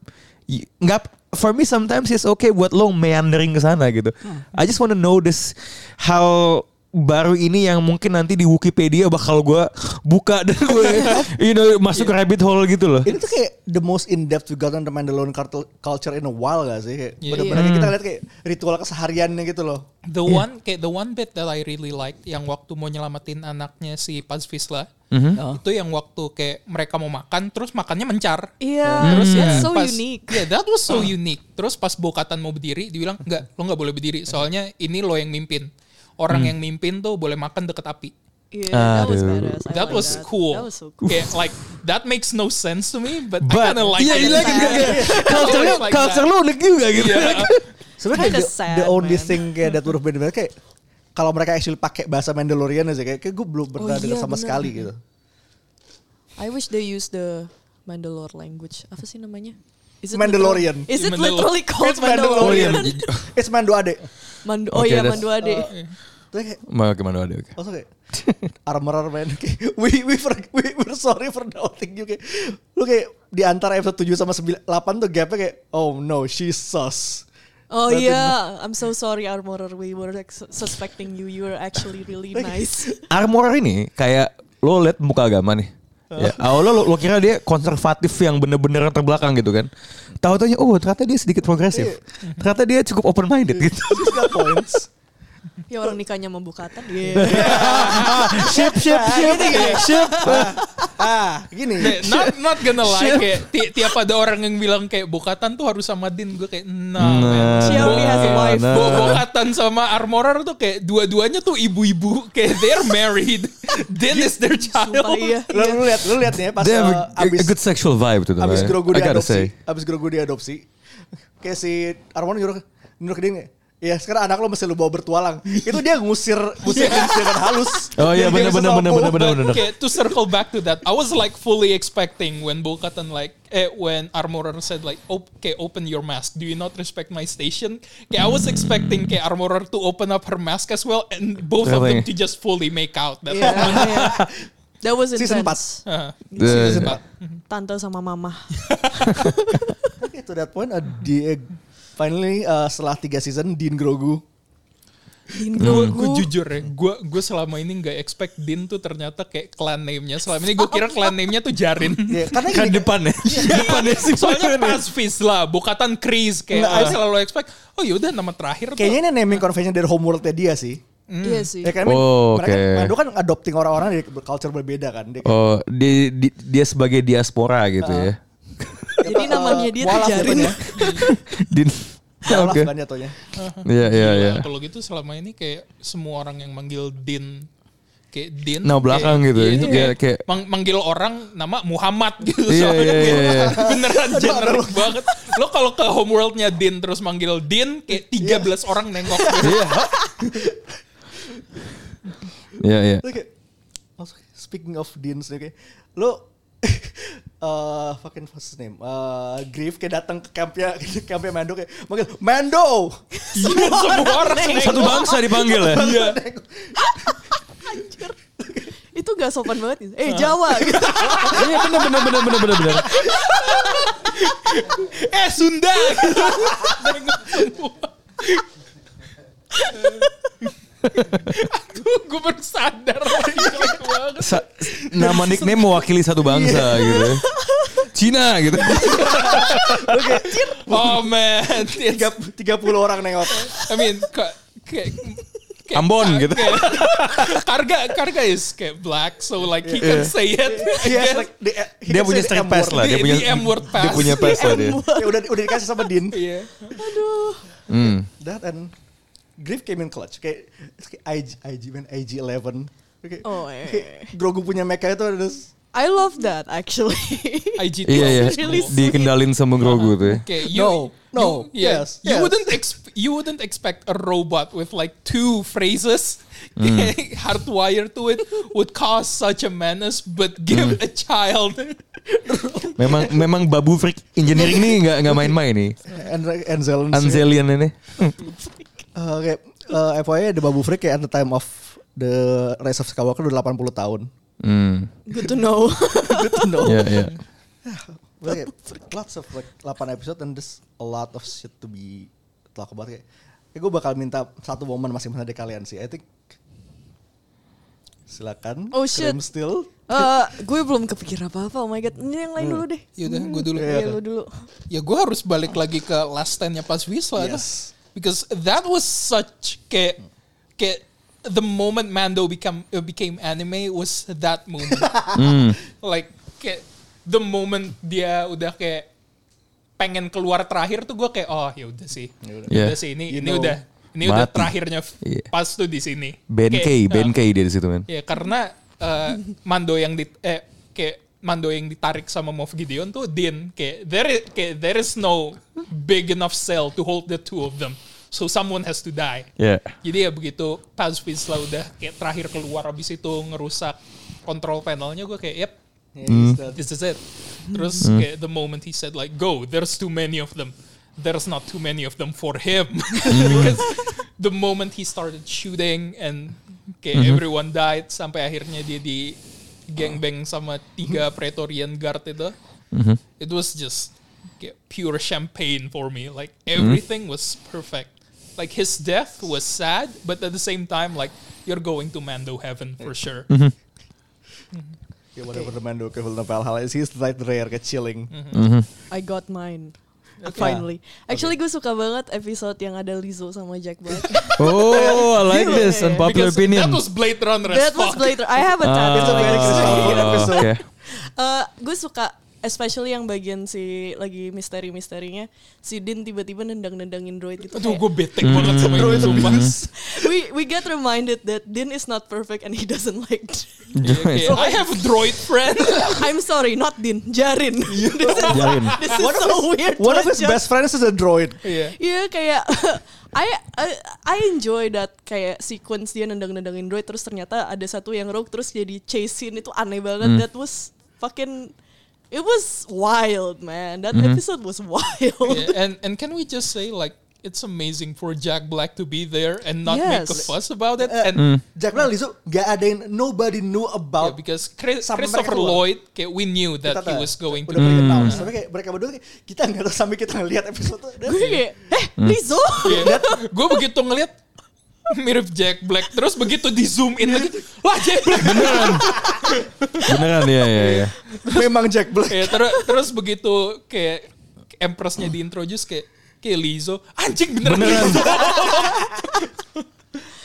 S4: y- nggak for me sometimes it's okay buat lo meandering ke sana gitu.
S2: Hmm.
S4: I just wanna know this hal baru ini yang mungkin nanti di Wikipedia bakal gue buka dan gue you know masuk
S2: Iya.
S4: ke rabbit hole gitu loh.
S1: Ini tuh kayak the most in depth we got on the Mandalorian cartel- culture in a while gak sih? Kayak
S2: Iya.
S1: bener-bener kayak kita lihat kayak ritual kesehariannya gitu loh.
S2: the
S4: Iya.
S2: one kayak the one bit that I really liked yang waktu mau nyelamatin anaknya si Paz Vizsla
S4: Mm-hmm.
S3: Oh.
S2: itu yang waktu kayak mereka mau makan terus makannya mencar
S3: Iya,
S2: Terus ya
S3: that's so
S2: pas-
S3: unique. Oh.
S2: Yeah, that was so unique. Terus pas Bokatan mau berdiri, dibilang enggak, lo nggak boleh berdiri. Soalnya ini lo yang mimpin.
S4: Hmm.
S2: Orang yang mimpin tuh boleh makan deket api.
S3: Yeah, Iya, that was
S4: Aduh.
S3: badass. I
S2: That
S3: like
S2: was cool.
S3: That was so cool.
S2: Kayak, like that makes no sense to me, but, I
S4: But
S2: kinda like
S4: iya,
S2: it.
S4: iya, iya, iya. culture lo
S2: It's like
S4: culture
S2: that. Iya.
S4: lo unik juga gitu.
S2: Yeah.
S1: Sebenarnya
S3: Kinda
S1: the,
S3: sad,
S1: the only
S3: man.
S1: thing kayak that would have been better kayak kalau mereka actually pakai bahasa Mandalorian aja kayak, kayak gue belum pernah
S3: iya,
S1: dengar sama
S3: bener.
S1: sekali gitu.
S3: I wish they use the Mandalore language. Apa sih namanya? Is
S1: Mandalorian.
S3: Is it
S2: Mandalor-
S3: literally called
S1: It's Mandalorian.
S3: Mandalorian?
S1: It's Mando Ade.
S3: Mando, oh
S4: Okay,
S3: iya,
S4: that's-
S3: Mandoade.
S1: Tapi kayak
S4: Mau gimana ada?
S1: also kayak armorer man kayak we we, for, we we're sorry for doubting you kayak lu kayak di antara episode 7 sama 9 8 tuh gapnya kayak oh no she's sus.
S3: oh
S1: Berarti-
S3: iya, I'm so sorry Armorer. We were like, su- suspecting you. You were actually really nice.
S4: armor ini kayak lo liat muka agama nih. Ya, awalnya lo, lo kira dia konservatif yang bener-bener terbelakang gitu kan. Tahu taunya oh ternyata dia sedikit progresif. Ternyata dia cukup open minded gitu.
S1: She's got points.
S3: ya orang nikahnya membuka tan. Yeah.
S4: Ship ship
S1: Iya,
S4: ship ship.
S1: gitu ya? ah, gini.
S2: Not not gonna like kayak ti- tiap ada orang yang bilang kayak Bokatan tuh harus sama Din, gue kayak nah. man."
S3: She only has a wife.
S4: nah.
S2: Bokatan sama Armorer tuh kayak dua-duanya tuh ibu-ibu kayak they're married. Din is their
S3: Sumpah,
S2: child.
S3: iya.
S1: Lu, lu lihat, lu lihat nih ya, pas
S4: They have
S1: uh,
S4: a, a
S1: abis
S4: good sexual vibe tuh.
S1: abis
S4: teman.
S1: grogu
S4: I gotta
S1: diadopsi,
S4: say.
S1: abis grogu diadopsi, kayak si Armon nyuruh nyuruh ke dia nih, Ya sekarang anak lo masih lu bawa bertualang. Itu dia ngusir ngusir dengan halus.
S4: Oh
S1: Jadi dia
S4: iya, bener,
S1: bisa
S4: bener,
S1: sama
S4: bener,
S1: Poe.
S4: bener, bener.
S2: But, okay, to circle back to that, I was like fully expecting when Bokatan like eh, when Armorer said like "Op- okay open your mask. Do you not respect my station? Okay, I was expecting okay, Armorer to open up her mask as well and both of them
S4: Really?
S2: to just fully make out. That
S3: Yeah, yeah. That was intense.
S1: Season
S2: Uh,
S4: The-
S2: but-
S3: Tante sama mama.
S1: Okay, to that point, uh, di, finally uh, setelah tiga season Din Grogu.
S2: Gue jujur ya, gue gue selama ini nggak expect Din tuh ternyata kayak clan name-nya. Selama ini gue
S3: Oh.
S2: kira clan name-nya tuh Jarin.
S1: Ya, karena
S4: Kan
S1: gini,
S4: depan ya. depan ya Nah. sih.
S2: Soalnya Pazvis lah, Bukatan Chris kayak
S1: Nggak,
S2: gue selalu expect. Oh yaudah nama terakhir tuh.
S1: kayaknya ini naming convention dari homeworldnya dia sih.
S3: Iya sih.
S1: Ya kan, I mean,
S4: Oh,
S1: mereka
S4: oke.
S1: Mando kan adopting orang-orang dari culture berbeda kan. Dia, kayak,
S4: Oh, di, di- dia sebagai diaspora gitu ya.
S3: Jadi
S1: apa,
S3: namanya
S1: uh,
S3: dia
S1: Wallace
S3: tuh Jarin.
S1: depannya.
S4: Din
S1: Olaf
S4: Oke.
S1: kan jatuhnya.
S4: Iya, iya, iya.
S2: Kalau gitu selama ini kayak semua orang yang manggil Din kayak Din.
S4: Nah,
S2: kayak-
S4: belakang gitu.
S2: iya, itu
S4: Iya,
S2: kayak,
S4: kayak-
S2: mang- manggil orang nama Muhammad gitu.
S4: Iya,
S2: soalnya
S4: iya, iya, iya.
S2: Beneran generik banget. Lo kalau ke homeworldnya Din terus manggil Din kayak 13 orang nengok.
S4: Iya. Iya, iya.
S1: Terus kayak, langsung kayak, speaking of Deans nih kayak, lo eh fucking what's his name? Eh Grief kayak datang ke campnya ke campnya Mando kayak manggil Mando.
S2: Iya, semua orang nengok.
S4: Satu bangsa dipanggil ya.
S2: Iya.
S3: Itu gak sopan banget. Eh Jawa gitu.
S4: Iya, bener bener bener bener bener bener.
S2: Eh Sunda. Gitu. nengok semua. Aduh, gue baru sadar. Jelek banget.
S4: Sa- nama nickname mewakili satu bangsa
S2: Iya.
S4: gitu. Cina gitu.
S2: Oh man, It's-
S1: Tiga, tiga puluh orang nengok.
S2: I mean, ka- kayak kayak-
S4: Ambon gitu.
S2: kayak- Karga, Karga is kayak black, so like he can say it.
S1: Iya, like, the- he
S4: Dia
S1: can
S4: punya
S1: say the
S4: street
S1: M
S4: pass
S1: word.
S4: lah. Dia
S2: The-
S4: punya
S2: the Iya, M-word
S4: Dia
S2: pass.
S4: punya pass lah dia.
S1: Ya, udah udah dikasih sama Dean.
S2: Iya.
S4: Hmm.
S1: That and Griff came in clutch. Kayak, it's kayak IG, IG man, IG 11 Kayak,
S3: Oh, eh.
S1: kayak Grogu punya mecha itu ada
S3: I love that actually.
S2: IG
S4: Iya iya.
S3: Really sweet.
S4: Dikendalin sama Grogu tuh. ya.
S2: Okay,
S1: No, no,
S2: you- yeah,
S1: yes,
S2: You
S1: yes.
S2: wouldn't ex- you wouldn't expect a robot with like two phrases hardwired to it would cause such a menace, but give a child.
S4: Memang memang babu freak engineering nih nggak nggak main-main nih.
S1: and and Zelen.
S4: Anzelian ini.
S1: Eh, kayak eh, FYI The Babu Freak kayak at the time of the Rise of Skywalker udah 80 tahun.
S4: Hmm.
S3: Good to know.
S1: Good to know.
S4: Iya iya.
S1: Well, kayak, lots of like 8 episode and there's a lot of shit to be talk about kayak. gue bakal minta satu momen masing-masing dari kalian sih. I think silakan.
S3: Oh, shit.
S1: Cream still.
S3: Eh, gue belum kepikir apa-apa. Oh my god. Ini yang lain
S1: Hmm.
S3: dulu deh.
S2: Yaudah,
S1: eh,
S2: gue
S1: Iya,
S2: dulu.
S3: Ya lu dulu.
S2: ya gue harus balik lagi ke last stand-nya pas Wisla dah.
S1: Yes.
S2: because that was such kayak kayak the moment Mando become uh, became anime was that moment
S4: Hmm.
S2: like kayak the moment dia udah kayak pengen keluar terakhir tuh gue kayak oh ya udah sih
S4: Yeah.
S2: udah sih ini
S1: You
S2: ini
S1: know.
S2: udah ini udah
S4: Mati.
S2: terakhirnya
S4: Iya.
S2: pas tuh di sini
S4: Ben
S2: Kayak,
S4: K, Ben
S2: uh,
S4: K dia di situ men.
S2: Ya karena eh, Mando yang di eh, kayak Mando yang ditarik sama Moff Gideon tuh Din kayak there is, kayak there is no big enough cell to hold the two of them. So someone has to die.
S4: Iya.
S2: Jadi ya begitu Paz Vizsla udah kayak terakhir keluar abis itu ngerusak kontrol panelnya gue kayak yep
S1: Mm.
S2: this is it. Terus kayak the moment he said like go, there's too many of them. There's not too many of them for him because the moment he started shooting and kayak everyone died sampai akhirnya dia di gangbang sama tiga Praetorian guard itu. It was just kayak pure champagne for me. Like everything was perfect. Like his death was sad, but at the same time like you're going to Mando heaven for sure.
S1: Ya whatever the Mando ke Villanelle hal is he's like rare ke chilling.
S2: Mm-hmm.
S3: I got mine. Finally. Actually gue suka banget episode yang ada Lizzo sama Jack Black.
S4: Oh, I like this unpopular
S2: Because
S4: opinion.
S2: That was Blade Runner as
S3: That was
S2: fuck.
S3: later. I have a tattoo.
S1: It's a very Christian
S4: Oh,
S1: episode.
S4: Oke.
S3: Eh, gue suka especially yang bagian si lagi misteri-misterinya si Din tiba-tiba nendang-nendangin droid gitu.
S2: Aduh,
S3: kayak-
S2: gue bete banget sama itu sumpah.
S3: we we get reminded that Din is not perfect and he doesn't like.
S2: Okay, I have a droid friend.
S3: I'm sorry, not Din, Jarin. this is,
S4: Jarin.
S3: This is so weird.
S1: Iya. One of
S3: to
S1: his
S3: adjust.
S1: best friends is a droid.
S2: Iya.
S3: Iya kayak I, I I enjoy that kayak sequence dia nendang-nendangin droid terus ternyata ada satu yang rogue terus jadi chase scene itu aneh banget
S1: Hmm.
S3: that was fucking it was wild man that
S1: Mm-hmm.
S3: episode was wild
S2: Yeah, and and can we just say like it's amazing for Jack Black to be there and not make a
S3: Yes.
S2: fuss about it
S1: Uh,
S2: and
S1: Jack Black Lizzo gak ada yang nobody knew
S2: yeah,
S1: about
S2: because Chris,
S1: Sampai mereka
S2: Christopher
S1: keluar.
S2: Lloyd kayak we knew that
S1: Kita
S2: he
S1: tahu.
S2: was going
S1: udah
S2: to
S1: mereka tahu tapi kayak mereka berdua kayak, kita nggak tahu sampai kita ngelihat episode itu Dan-
S3: Gue kayak, eh
S1: Mm.
S3: Lizzo
S2: gue begitu ngeliat mirip Jack Black terus begitu di zoom in lagi wah Jack Black
S4: Beneran ya ya ya.
S1: memang Jack Black
S2: Ya, terus terus begitu kayak Empressnya Ah, diintroduce kayak kayak Lizzo anjing beneran,
S4: Beneran.
S2: Lizzo.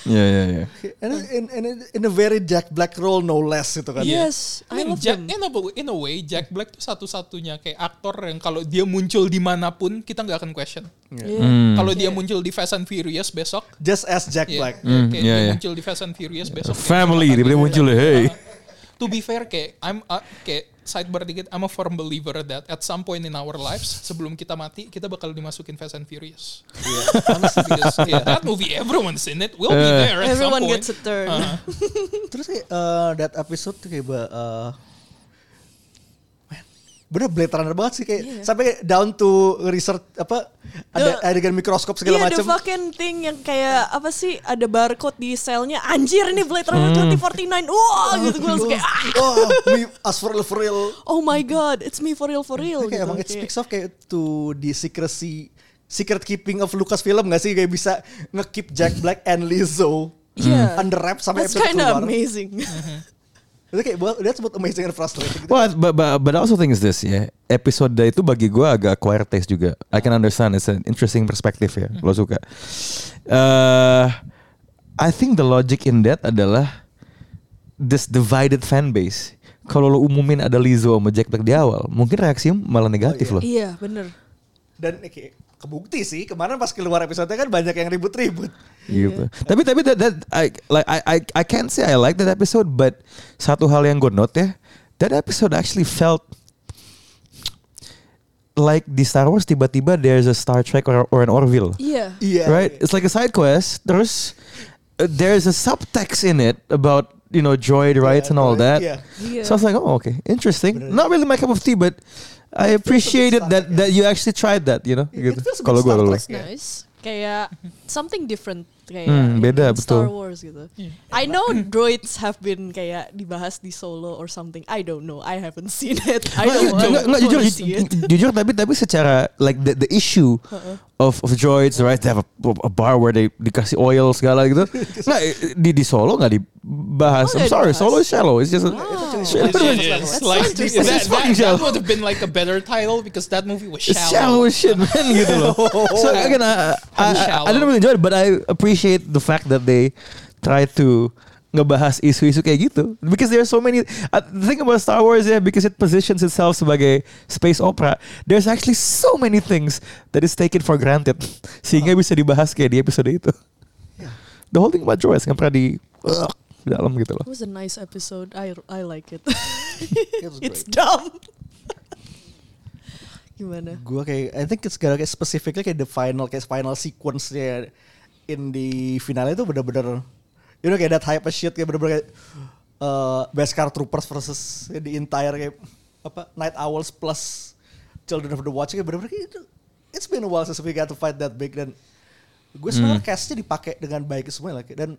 S4: Iya iya iya.
S1: And it- in, in, in a very Jack Black role no less gitu kan.
S3: Yes, I
S2: I mean, Iya.
S3: love
S2: Jack,
S3: him.
S2: in, a, in a way, Jack Black tuh satu-satunya kayak aktor yang kalau dia muncul dimanapun kita nggak akan question.
S1: Mm.
S3: Yeah.
S4: Hmm.
S2: Kalau dia
S3: Iya.
S2: muncul di Fast and Furious besok,
S1: Just as Jack
S2: ya,
S1: Black.
S3: Mm.
S2: kayak
S4: yeah,
S2: dia
S4: yeah.
S2: muncul di Fast and Furious besok. kayak
S4: Hmm, iya, Family
S2: kesempatan
S4: tiba-tiba
S2: dia
S4: muncul ya,
S2: dapat,
S4: hey.
S2: uh, to be fair, kayak I'm uh, kayak sidebar dikit, I'm a firm believer that at some point in our lives sebelum kita mati kita bakal dimasukin Fast and Furious.
S3: Iya.
S2: Honestly, because, yeah, that movie everyone's in it, we'll
S4: Eh.
S2: be there at some
S3: Everyone
S2: point. Uh-huh.
S3: gets a turn.
S1: Terus kayak eh, that episode tuh kayak bah, eh, man, bener Blade Runner banget sih kayak sampai kayak down to research apa ada
S3: The-
S1: adegan mikroskop segala
S3: Iya, the
S1: macam.
S3: fucking thing yang kayak apa sih ada barcode di selnya. Anjir ini Blade
S1: Mm.
S3: Runner 2049. Wah, gitu gue langsung kayak ah,
S1: Oh, we as for real for real.
S3: oh my god, it's me for real for real.
S1: Kayak
S3: gitu.
S1: emang it
S3: Kayak-
S1: speaks of kayak to the secrecy secret keeping of Lucasfilm gak sih kayak bisa ngekeep Jack Black and Lizzo
S3: Iya.
S1: under wrap sampai
S3: That's
S1: episode
S3: kind
S1: keluar.
S3: of amazing.
S1: Itu kayak buat that's both amazing and frustrating.
S4: Well, but, but, but I also think is this ya. Episode itu bagi gue agak acquired taste juga. I can understand it's an interesting perspective ya. Lo suka. Eh, I think the logic in that adalah this divided fan base. Kalau lo umumin ada Lizzo sama Jack Black di awal, mungkin reaksinya malah negatif loh.
S3: iya, bener.
S1: Dan eh, kayak kebukti sih kemarin pas keluar episode kan banyak yang ribut-ribut.
S4: Gitu. Tapi tapi that, that I like I I I can't say I like that episode, but satu hal yang gue note ya, that episode actually felt like di Star Wars tiba-tiba there's a Star Trek or, or an Orville,
S3: Iya.
S1: Iya.
S4: right? It's like a side quest. Terus uh, there's a subtext in it about you know droid rights and all
S1: droid,
S4: that.
S1: yeah.
S3: Yeah.
S4: So I was like, oh okay, interesting. Not really my cup of tea, but I appreciated
S1: Star
S4: that
S1: Trek,
S4: that you actually tried that, you know.
S1: It
S4: gitu.
S1: feels a bit
S4: Kalau gue
S1: Star
S4: kalau lo.
S1: Trek.
S3: Nice. Kayak something different kayak
S4: Hmm, beda,
S3: in
S4: betul.
S3: Star
S4: Hmm.
S3: Wars gitu. I know droids have been kayak dibahas di solo or something. I don't know. I haven't seen it.
S4: Nggak,
S3: I don't
S4: ju- nggak,
S3: want
S4: nggak, jujur,
S3: to
S4: ju-
S3: see it.
S4: jujur tapi tapi secara like the, the issue
S3: Uh-uh.
S4: of of droids right they have a, a bar where they dikasih oil segala gitu nggak di di Solo nggak dibahas I'm
S3: Oh, nggak
S4: sorry
S3: dibahas.
S4: Solo is shallow it's just a-
S3: Wow.
S4: Shit,
S2: Yeah, yeah, yeah.
S3: That's
S2: Like, that,
S3: so interesting.
S2: that,
S4: It's fucking
S2: that,
S4: shallow.
S2: would have been like a better title because that movie was
S4: it's
S2: shallow.
S4: shallow as shit man gitu loh so again I, I, I, I didn't really enjoy it but I appreciate the fact that they try to ngebahas isu-isu kayak gitu because there are so many uh, the thing about Star Wars yeah because it positions itself sebagai space opera there's actually so many things that is taken for granted sehingga bisa dibahas kayak di episode itu
S1: Iya.
S4: the whole thing about droids nggak pernah di ugh, di dalam gitu loh
S3: It was a nice episode. I I like it.
S1: was
S3: It's dumb. Gimana?
S1: Gua kayak I think it's gara kayak specifically kayak the final kayak final sequence-nya in the finale itu bener-bener you know kayak that hype as shit kayak bener-bener kayak eh, Beskar Troopers versus the entire kayak apa Night Owls plus Children of the Watch kayak bener-bener kayak itu it's been a while since we got to fight that big dan gue sebenarnya cast-nya dipakai dengan baik semua lah kayak, dan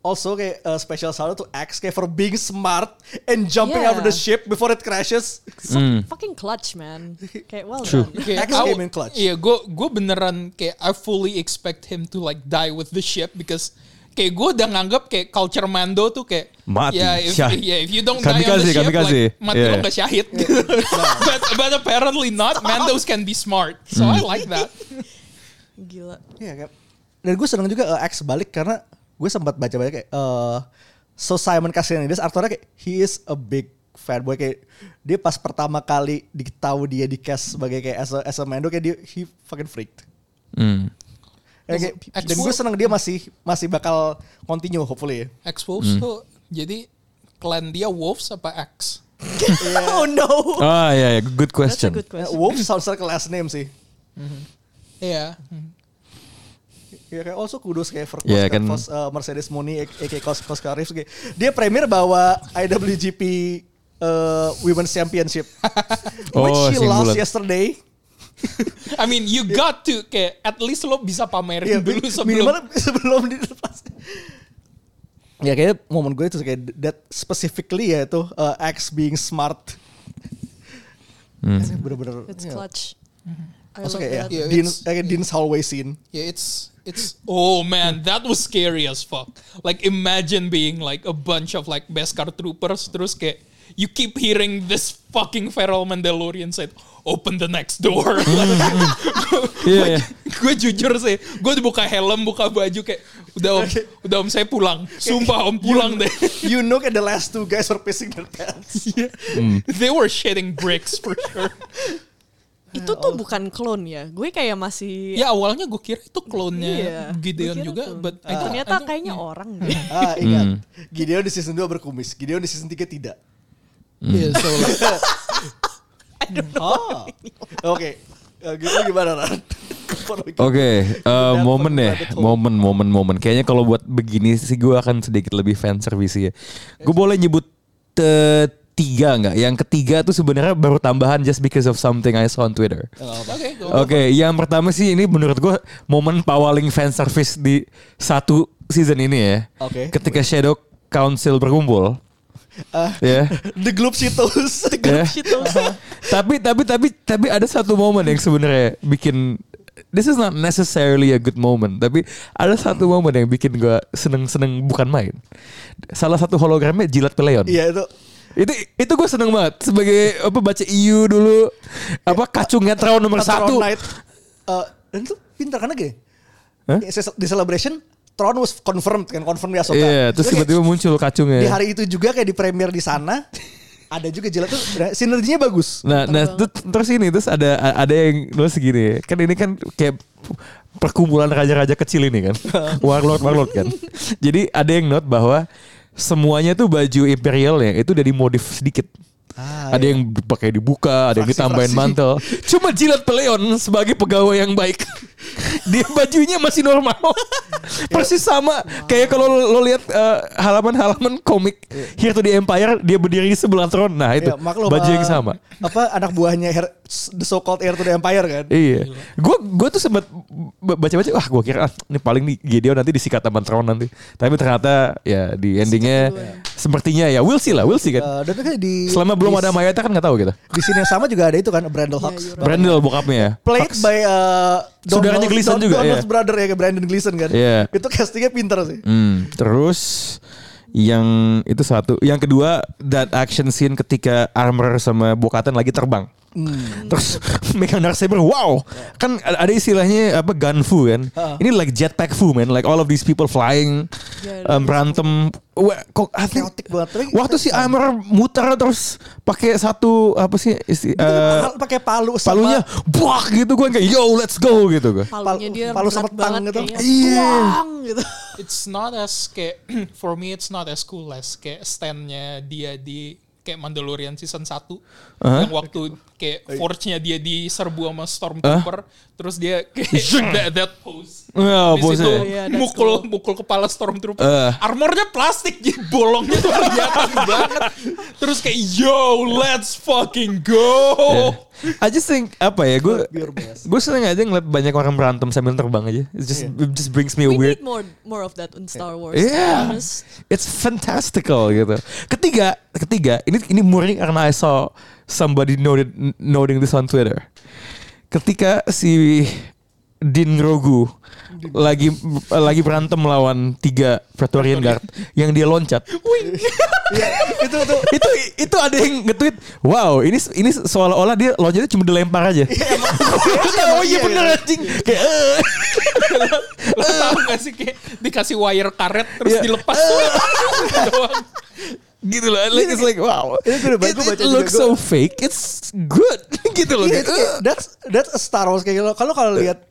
S1: Also kayak uh, special sound to X kayak for being smart and jumping out of the
S3: Yeah.
S1: ship before it crashes.
S3: So
S4: Hmm.
S3: Fucking clutch, man. Kayak well done.
S2: Okay,
S1: X
S2: I w-
S1: came in clutch.
S2: Iya, gue gue beneran kayak I fully expect him to like die with the ship because kayak gue udah nganggap kayak culture Mando tuh kayak
S4: Mati,
S2: Yeah, if,
S4: syahid.
S2: yeah, if you don't
S4: Kamikaze,
S2: die on the ship,
S4: kamikaze.
S2: like, mati lo
S4: Yeah.
S2: nggak syahid. but, but apparently not. Mandos can be smart, so I like that.
S3: Gila.
S1: Iya kayak dan gue seneng juga eh, X balik karena gue sempat baca baca kayak eh, so Simon Cassianides aktornya kayak he is a big fanboy kayak dia pas pertama kali diketahui dia di cast sebagai kayak as a, as a Mando kayak dia he fucking freaked.
S4: Hmm.
S1: Kayak,
S2: X-
S1: dan gue seneng dia masih masih bakal continue hopefully ya.
S2: X Wolves
S4: Mm.
S2: tuh jadi clan dia Wolves apa X?
S3: Oh no.
S4: ah ya ya, good
S3: That's a
S4: question
S3: good
S1: Eh,
S3: question.
S1: Wolf sounds like a last name sih.
S2: Iya.
S1: Ya kayak also kudos kayak for
S4: Iya,
S1: Coscar-
S4: kan.
S1: Cos- eh, Mercedes Moni aka Cos Coscar Reeves kayak dia premier bawa IWGP eh, Women's Championship which
S4: Oh,
S1: she
S4: sing
S1: lost
S4: bulat.
S1: yesterday.
S2: I mean you got to kayak at least lo bisa
S1: Iya,
S2: pamerin dulu
S1: mi-
S2: sebelum
S1: minimal sebelum dilepas. Ya kayaknya momen gue itu kayak that specifically ya itu uh, X being smart.
S4: Hmm.
S1: Ini Bener-bener.
S3: It's
S1: ya.
S3: clutch. I
S1: Masuk
S3: love
S1: kayak
S3: that.
S1: ya,
S2: Yeah,
S1: Dean,
S2: it's-
S1: kayak Dean's hallway scene.
S2: Yeah, it's it's oh man, that was scary as fuck. Like imagine being like a bunch of like Beskar troopers terus kayak you keep hearing this fucking feral Mandalorian said open the next door. mm.
S4: Iya, iya.
S2: gue jujur sih, gue buka helm, buka baju kayak Udah om, udah om saya pulang. Sumpah om pulang deh.
S1: You know and the last two guys are pissing their pants.
S2: They were shedding bricks for sure.
S3: Itu tuh bukan clone ya. Gue kayak masih
S2: Ya awalnya gue kira itu klonnya
S3: Iya,
S2: Gideon
S3: gue kira
S2: juga,
S3: tuh. Eh,
S2: but I don't- I
S3: ternyata
S2: don't- iya.
S3: kayaknya orang deh.
S1: ah,
S4: Hmm.
S1: ingat. Gideon di season 2 berkumis. Gideon di season 3 tidak.
S2: Yeah, so like,
S1: Ah. Oke. Eh, gitu gimana, Ran?
S4: Oke, eh,
S1: That
S4: momen
S1: fucking
S4: ya,
S1: rabbit hole.
S4: momen, momen, momen. Kayaknya kalau buat begini sih gue akan sedikit lebih fan service ya. Gue boleh nyebut eh, tiga nggak? Yang ketiga tuh sebenarnya baru tambahan just because of something I saw on Twitter.
S2: okay, go.
S4: Oke, yang pertama sih ini menurut gue momen pawaling fan service di satu season ini ya.
S1: Oke.
S4: Ketika Shadow Council berkumpul. ya.
S1: The Globe Cheetos. The
S4: ya.
S1: Globe
S4: tapi tapi tapi tapi ada satu momen yang sebenarnya bikin this is not necessarily a good moment tapi ada satu momen yang bikin gue seneng seneng bukan main salah satu hologramnya jilat peleon
S1: Iya, itu
S4: itu itu gue seneng banget sebagai apa baca EU dulu apa kacungnya Trau nomor
S1: Patron
S4: satu
S1: Knight. Eh, dan itu pintar karena gini.
S4: Hah?
S1: Di celebration Tron was confirmed kan confirm di Ahsoka.
S4: Iya, terus
S1: Jadi kayak
S4: tiba-tiba ya. muncul kacungnya.
S1: di hari itu juga kayak di premier di sana ada juga jelas tuh sinerginya bagus.
S4: Nah, nah ter- terus ini terus ada ada yang nulis gini. Kan ini kan kayak perkumpulan raja-raja kecil ini kan. warlord warlord kan. Jadi ada yang note bahwa semuanya tuh baju imperialnya itu udah dimodif sedikit.
S1: Ah,
S4: ada yang pakai dibuka, ada yang ditambahin
S1: Fraksi-fraksi.
S4: mantel. Cuma jilat peleon sebagai pegawai yang baik. Dia bajunya masih normal. Persis sama kayak kalau lo, lo lihat eh, halaman-halaman komik Here to the Empire dia berdiri di sebelah throne. Nah, itu
S1: Iya, maklum,
S4: baju yang
S1: eh,
S4: sama.
S1: Apa anak buahnya Her- the so called heir to the empire kan?
S4: Iya. Gue gue tuh sempat b- baca-baca wah gue kira ah, ini paling di Gideon nanti disikat sama Tron nanti. Tapi ternyata ya di endingnya sepertinya ya we'll see lah, we'll see kan.
S1: Eh, dan kan di
S4: Selama belum
S1: di-
S4: ada Mayata kan nggak tahu kita.
S1: di sini yang sama juga ada itu kan
S3: Iya,
S1: Brandel Hawks.
S4: Brandel bokapnya. ya.
S1: Played
S4: Hux.
S1: by eh,
S4: Saudaranya Gleason juga,
S1: Donald's
S4: iya.
S1: brother ya Brandon Gleason kan.
S4: Iya.
S1: Itu castingnya pintar sih.
S4: Hmm, terus yang itu satu, yang kedua that action scene ketika armor sama bokatan lagi terbang.
S1: Hmm.
S4: Terus Megan Darksaber, wow, kan ada ada istilahnya apa gunfu kan? Ini like jetpack fu man, like all of these people flying, um, berantem. Wah, kok I
S1: Ya,
S4: think-
S1: Chaotic banget, tapi-
S4: Waktu si armor muter terus pakai satu apa sih? Isti, eh,
S1: Pal- kan pakai palu sama
S4: palunya, buak gitu gue kayak yo let's go gitu gue.
S3: Palunya dia
S1: palu
S3: berat
S1: sama tang
S3: banget
S1: gitu.
S3: kayaknya.
S4: Iya.
S3: Tuang gitu.
S2: it's not as kayak for me it's not as cool as kayak standnya dia di kayak Mandalorian season 1 yang waktu kayak forge-nya dia diserbu sama stormtrooper terus dia kayak that, that pose Di
S4: Ya,
S2: situ
S4: pose-nya.
S3: Iya, that's
S2: mukul mukul kepala stormtrooper
S4: Eh.
S2: armornya plastik jadi bolongnya tuh kelihatan banget terus kayak yo let's fucking go
S1: Oh.
S4: I just think apa ya gue
S1: Pure bias.
S4: gue seneng aja ngeliat banyak orang berantem sambil terbang aja. It just it just brings me a
S3: We
S4: weird.
S3: need more more of that in
S1: Eh,
S3: Star Wars.
S4: Yeah,
S3: Honest.
S4: it's fantastical gitu. Ketiga, ketiga ini ini murni karena I saw somebody noted noting this on Twitter. Ketika si Din Grogu lagi lagi berantem lawan tiga Praetorian Guard yang dia loncat.
S1: Iya, itu tuh
S4: itu itu ada yang nge-tweet, "Wow, ini ini seolah-olah dia loncatnya cuma dilempar aja." oh iya bener anjing. Kayak eh.
S2: lo tau gak sih kayak dikasih wire karet terus
S4: Iya.
S2: dilepas doang Iya,
S4: gitu loh. Like, it's like wow.
S1: Ini gue udah baca-
S4: It,
S1: gue baca
S4: it
S1: juga,
S4: looks
S1: gue-
S4: so fake. It's good. gitu loh.
S1: Iya,
S4: Kayak,
S1: itu kayak, that's that's a Star Wars kayak gitu. Kalau kalau lihat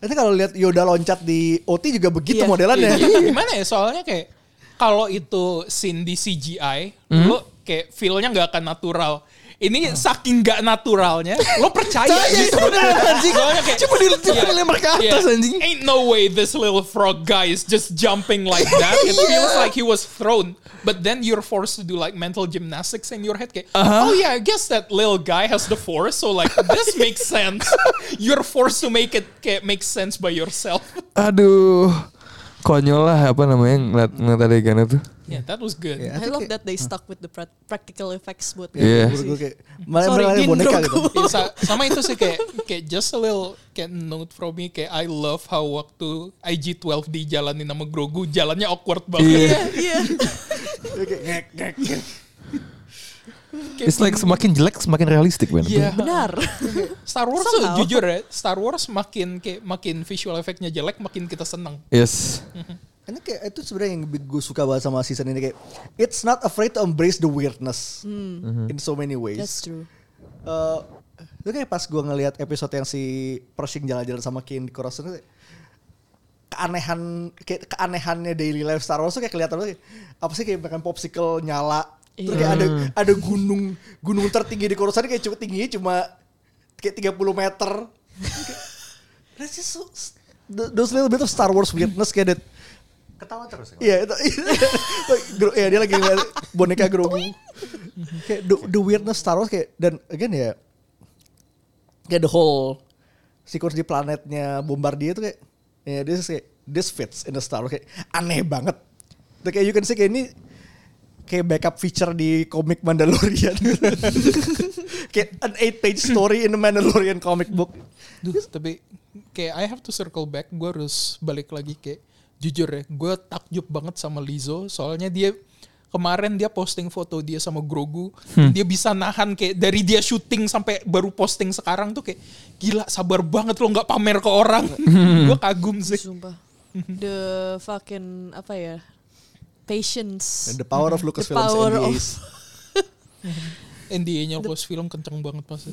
S1: nanti kalau lihat Yoda loncat di OT juga begitu
S3: Iya.
S1: modelannya.
S2: Iya, gimana ya soalnya kayak kalau itu scene di CGI
S4: Hmm?
S2: lo kayak feel-nya nggak akan natural ini saking nggak naturalnya lo percaya
S4: Percaya, iya,
S2: gitu
S4: bener, anjing.
S2: Soalnya kayak, Iya.
S4: Cuma di- cuma dilempar ke atas,
S3: Iya.
S4: anjing.
S2: ain't no way this little frog guy is just jumping like that it
S4: Iya.
S2: feels like he was thrown but then you're forced to do like mental gymnastics in your head kayak oh
S4: Uh-huh.
S2: yeah I guess that little guy has the force so like this makes sense you're forced to make it kayak make sense by yourself
S4: Aduh. Konyol lah apa namanya ngeliat, ngeliat adegan itu.
S2: yeah that was good
S1: Iya.
S3: I love that they stuck with the pra- practical effects buat
S4: Iya.
S1: Menurut gue kayak malah
S3: Sorry,
S1: malah
S3: Din
S1: boneka
S3: Grogu.
S1: gitu.
S2: Iya, sa- sama itu sih kayak kayak just a little kayak note from me kayak I love how waktu IG12 dijalanin sama Grogu
S4: Oh,
S2: jalannya awkward banget.
S4: Iya.
S3: Iya.
S1: Kayak ngek ngek ngek.
S4: It's like semakin jelek semakin realistik man.
S2: Iya.
S3: Benar.
S2: Star Wars tuh
S3: Somehow.
S2: jujur ya, Star Wars makin kayak makin visual efeknya jelek makin kita seneng.
S4: Yes.
S1: Ini kayak eh, itu sebenarnya yang gue suka banget sama season ini kayak it's not afraid to embrace the weirdness in so many ways.
S3: That's true.
S1: Eh, itu kayak pas gue ngelihat episode yang si Pershing jalan-jalan sama Kane di Coruscant itu keanehan kayak keanehannya daily life Star Wars tuh kayak kelihatan banget kayak, apa sih kayak makan popsicle nyala terus kayak ada ada gunung gunung tertinggi di Coruscant kayak cuma tingginya cuma kayak 30 meter Kayak, that's just so, th- those little bit of Star Wars weirdness kayak that
S5: Ketawa terus.
S1: Iya itu, Gro- ya dia lagi ngeliat boneka grogi. kayak the, the weirdness Star Wars kayak dan again ya kayak the whole sequence di planetnya Bombardier itu kayak ya this is kayak this fits in the Star Wars kayak aneh banget. Dan kayak you can see kayak ini kayak backup feature di komik Mandalorian. kayak an eight page story in the Mandalorian comic book.
S2: Duh, tapi kayak I have to circle back, gue harus balik lagi kayak jujur ya, gue takjub banget sama Lizzo soalnya dia kemarin dia posting foto dia sama Grogu, dia bisa nahan kayak dari dia syuting sampai baru posting sekarang tuh kayak gila sabar banget lo nggak pamer ke orang, gue kagum sih.
S3: Sumpah. The fucking apa ya? Patience.
S1: And the power of E Lucasfilm
S3: power of-
S1: NDAs.
S2: NDA-nya Lucas film kenceng banget pasti.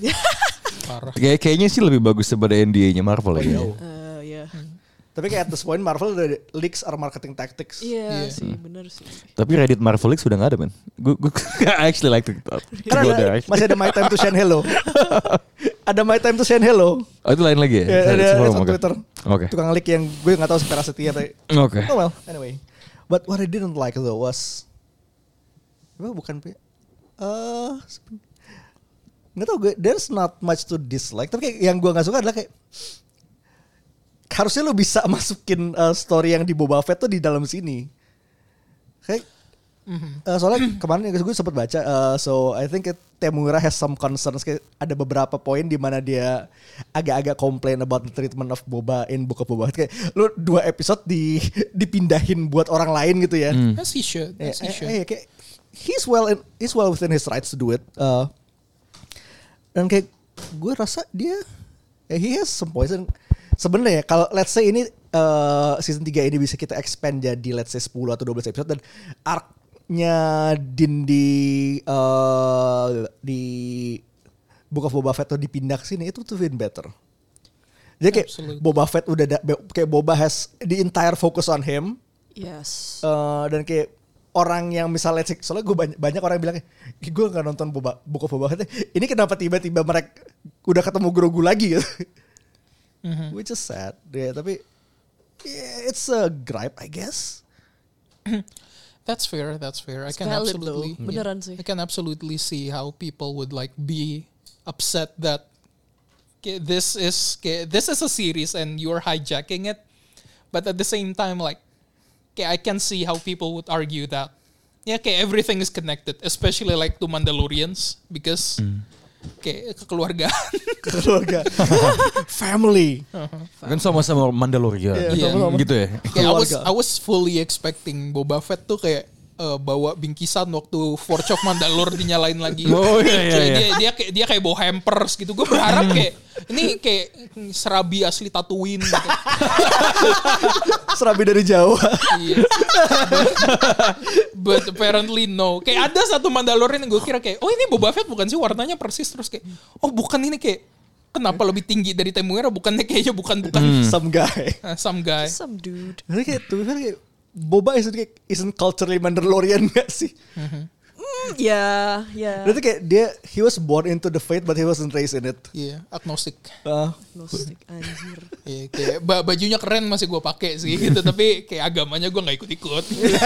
S2: Parah.
S4: Kayak kayaknya sih lebih bagus daripada NDA-nya Marvel ya.
S3: Eh, ya.
S1: Hmm. Tapi kayak at this point Marvel udah leaks are marketing tactics.
S3: Iya
S2: Iya.
S3: sih, bener sih.
S4: Tapi Reddit Marvel X sudah nggak ada man. Gue I actually like to, to
S1: Karena
S4: go
S1: ada-
S4: there.
S1: masih ada my time to shine hello. ada my time to shine hello.
S4: Oh itu lain lagi ya?
S1: Ya, ada, ada
S4: Semua
S1: satu
S4: makan.
S1: Twitter.
S4: Oke.
S1: Tukang leak yang gue nggak tahu secara setia tapi.
S4: Oke.
S1: Oh well, anyway. But what I didn't like though was Gue bukan eh sep- nggak tahu gue there's not much to dislike tapi kayak yang gue nggak suka adalah kayak harusnya lu bisa masukin eh, story yang di Boba Fett tuh di dalam sini kayak Eh, soalnya kemarin yang gue sempat baca, eh, so I think it, Temura has some concerns. Kayak Ada beberapa poin di mana dia agak-agak complain about the treatment of Boba in Book of Boba. Kayak lu dua episode di dipindahin buat orang lain gitu ya.
S2: As he should,
S1: Eh,
S2: as
S1: eh,
S2: he should.
S1: eh, kayak he's well in, he's well within his rights to do it. Eh, dan kayak gue rasa dia eh, he has some poison. Sebenarnya ya, kalau let's say ini eh, season 3 ini bisa kita expand jadi let's say 10 atau 12 episode dan arc-nya Din di eh, di Book of Boba Fett tuh dipindah ke sini itu tuh been better. Jadi kayak
S2: Absolutely.
S1: Boba Fett udah da- kayak Boba has the entire focus on him.
S3: Yes.
S1: Eh, dan kayak orang yang misalnya cek soalnya gue banyak, banyak orang yang bilang "Ih, gue nggak nonton boba buku boba Fett." ini kenapa tiba-tiba mereka udah ketemu grogu lagi gitu
S2: Mhm.
S1: which is sad ya tapi yeah, it's a gripe I guess
S2: That's fair. That's fair.
S3: It's
S2: I can
S3: valid
S2: absolutely
S3: though. Beneran sih.
S2: I can absolutely see how people would like be upset that okay, this is okay, this is a series and you're hijacking it. But at the same time, like okay, I can see how people would argue that yeah, okay, everything is connected, especially like to Mandalorians because okay, kekeluargaan.
S1: keluarga family
S4: Kan sama-sama Mandalorian.
S1: Iya,
S2: sama-sama.
S4: Gitu ya?
S2: Kayak I was
S1: Keluarga.
S2: I was fully expecting Boba Fett tuh kayak eh, bawa bingkisan waktu Forge of Mandalore dinyalain lagi.
S4: Oh, iya, iya,
S2: Kayak
S4: iya. Hmm.
S2: Dia, dia kayak dia kayak bawa hampers gitu. Gue berharap kayak ini kayak serabi asli Tatooine. Gitu.
S1: serabi dari Jawa
S2: Iya. But apparently no. Kayak ada satu Mandalorian yang gue kira kayak, oh ini Boba Fett bukan sih warnanya persis terus kayak, oh bukan ini kayak kenapa lebih tinggi dari Temuera? Bukannya kayaknya bukan bukan
S1: some guy
S4: Hmm.
S2: Eh, some guy.
S3: Some dude.
S1: Jadi kayak tuh kayak boba isn't kayak isn't culturally Mandalorian gak sih
S3: Hmm, Ya, ya.
S1: berarti kayak dia he was born into the faith but he wasn't raised in it
S2: Iya, agnostik.
S1: Uh,
S3: Agnostik anjir.
S2: Iya, kayak ba- bajunya keren masih gue pakai sih gitu, tapi kayak agamanya gue nggak ikut-ikut.
S1: Iya,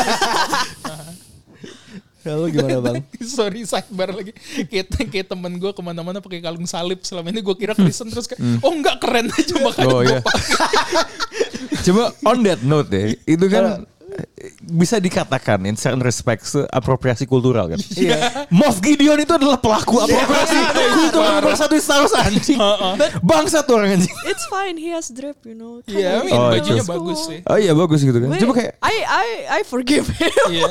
S1: lalu ya, gimana bang
S2: Sorry sidebar lagi. Kayak, kayak temen gue kemana-mana pakai kalung salib. Selama ini gue kira Kristen terus kayak,
S1: Hmm.
S2: oh nggak keren aja makanya
S4: Oh
S2: gua
S4: iya.
S2: pakai.
S4: Coba on that note deh, itu kan bisa dikatakan in certain respects eh, apropriasi kultural kan.
S1: Iya.
S4: Moff Gideon itu adalah pelaku apropriasi kultural nomor satu di Star Wars anjing. Bangsa tuh orang anjing.
S3: It's fine. He has drip, you know. Kinda
S2: Iya, I mean,
S4: Oh,
S2: bajunya
S4: itu.
S2: bagus sih.
S4: Oh iya bagus gitu kan.
S3: Gue-
S4: Coba kayak
S3: I I I forgive him.
S2: Iya.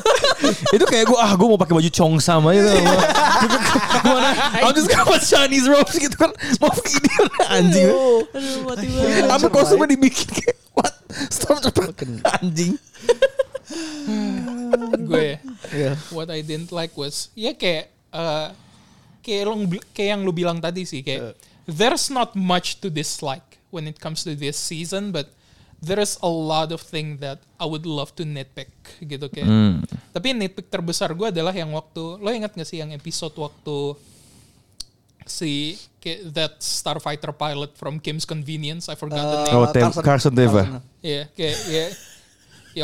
S4: itu kayak gue ah gue mau pakai baju cong sama gitu. Gimana? I'm just gonna watch Chinese robes gitu kan. Moff Gideon anjing.
S3: Aduh, mati banget.
S4: Apa kostumnya dibikin kayak what? Stormtrooper anjing.
S2: Gue ya.
S1: Iya.
S2: What I didn't like was ya kayak eh, kayak lo ngebil- kayak yang lu bilang tadi sih kayak there's not much to dislike when it comes to this season but there is a lot of thing that I would love to nitpick gitu kayak. Tapi nitpick terbesar gue adalah yang waktu lo ingat gak sih yang episode waktu si kayak that starfighter pilot from Kim's Convenience I forgot
S1: Ah,
S2: the name.
S4: Oh, Tev-
S1: Eh,
S4: eh?
S1: Carson-
S4: Carson Teva.
S2: Iya, kayak ya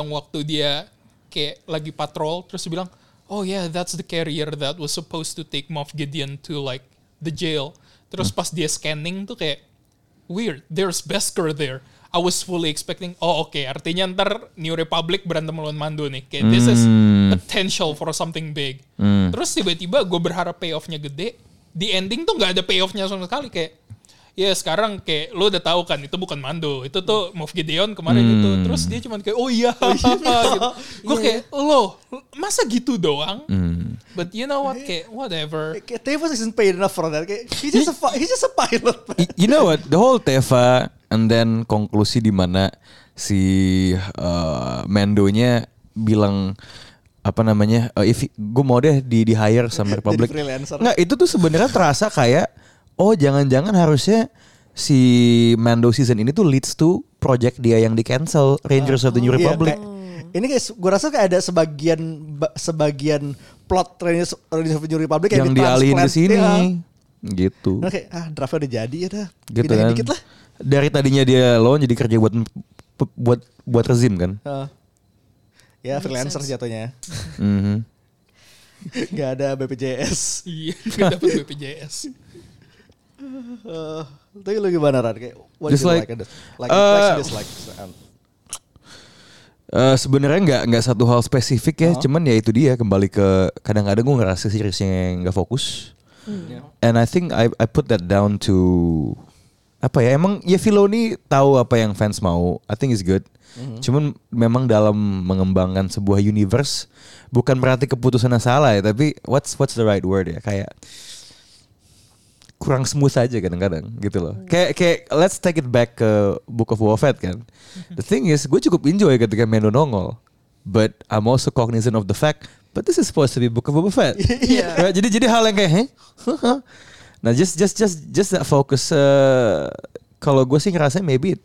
S2: yang waktu dia kayak lagi patrol terus dia bilang, "Oh yeah, that's the carrier that was supposed to take Moff Gideon to like the jail." Terus pas dia scanning tuh kayak weird, there's Beskar there. I was fully expecting, oh oke, artinya ntar New Republic berantem lawan Mando nih. Kayak this is potential for something big. Terus tiba-tiba gue berharap payoff-nya gede. Di ending tuh nggak ada payoff-nya sama sekali. Kayak, ya sekarang kayak lo udah tahu kan itu bukan Mando. Itu tuh Moff Gideon kemarin itu. Terus dia cuman kayak, Hmm. oh iya. gitu. Gue kayak, lo masa gitu doang? But you know what, Iya. kayak whatever.
S1: Kayak Teva isn't paid enough for that. Kayak, he's just a, fi- he's just a pilot. man.
S4: Y- You know what? The whole Teva and then konklusi di mana si uh, Mendonya bilang apa namanya? uh, if gue mau deh di di hire sama Republic.
S1: freelancer.
S4: Nggak, itu tuh sebenarnya terasa kayak oh jangan-jangan harusnya si Mando season ini tuh leads to project dia yang di cancel Rangers of the New
S1: Iya,
S4: Republic.
S1: kayak- ini kayak gue rasa kayak ada sebagian ba- sebagian plot Rangers Rangers of the New Republic
S4: yang
S1: di
S4: dialihin ke sini.
S1: Iya.
S4: Gitu.
S1: Nah, kayak ah draftnya udah jadi ya dah.
S4: gitu
S1: Pindahin
S4: kan.
S1: dikit lah.
S4: Dari tadinya dia lawan jadi kerja buat buat buat rezim kan.
S1: Heeh. ya freelancer jatuhnya.
S4: Mhm.
S1: Gak ada BPJS.
S2: Iya, gak dapet BPJS.
S1: Eh, tapi lu gimana Ran? Kayak what
S4: Just
S1: do you
S4: like-
S1: like, and dis- like,
S4: Eh,
S1: likes and dislikes?
S4: Eh, sebenarnya nggak nggak satu hal spesifik ya, cuman ya itu dia kembali ke kadang-kadang gue ngerasa seriesnya nggak fokus. And I think I I put that down to apa ya emang ya Filoni tahu apa yang fans mau. I think it's good. Cuman memang dalam mengembangkan sebuah universe bukan berarti keputusannya salah ya, tapi what's what's the right word ya kayak kurang smooth aja kadang-kadang gitu loh. Kayak kayak let's take it back ke Book of Boba Fett kan. The thing is gue cukup enjoy ketika Mendo nongol. But I'm also cognizant of the fact but this is supposed to be Book of Boba Fett. Right? Jadi jadi hal yang kayak heh. nah just just just just that focus uh, kalau gue sih ngerasa maybe it,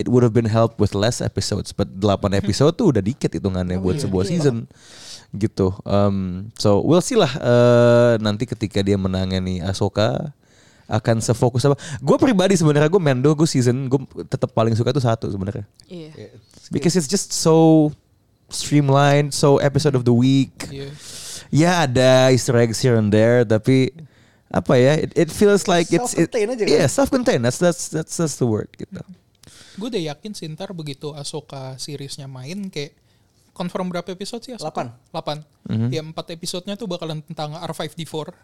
S4: it would have been helped with less episodes but 8 episode tuh udah dikit
S1: Oh, iya,
S4: hitungannya buat sebuah season gitu. Um, so we'll see lah eh, nanti ketika dia menangani Ahsoka akan sefokus apa. Gue pribadi sebenarnya gue Mando gue season gue tetap paling suka tuh satu sebenarnya.
S3: Iya.
S4: Because it's just so streamlined, so episode of the week.
S2: Iya.
S4: Ya ada Easter eggs here and there, tapi apa ya? It, it feels like it's it,
S1: Self-contained aja kan?
S4: yeah self-contained. That's that's that's that's the word gitu.
S2: Gue udah yakin sih ntar begitu Ahsoka seriesnya main kayak confirm berapa episode sih Ahsoka? 8. 8. Ya 4 episodenya tuh bakalan tentang R5D4.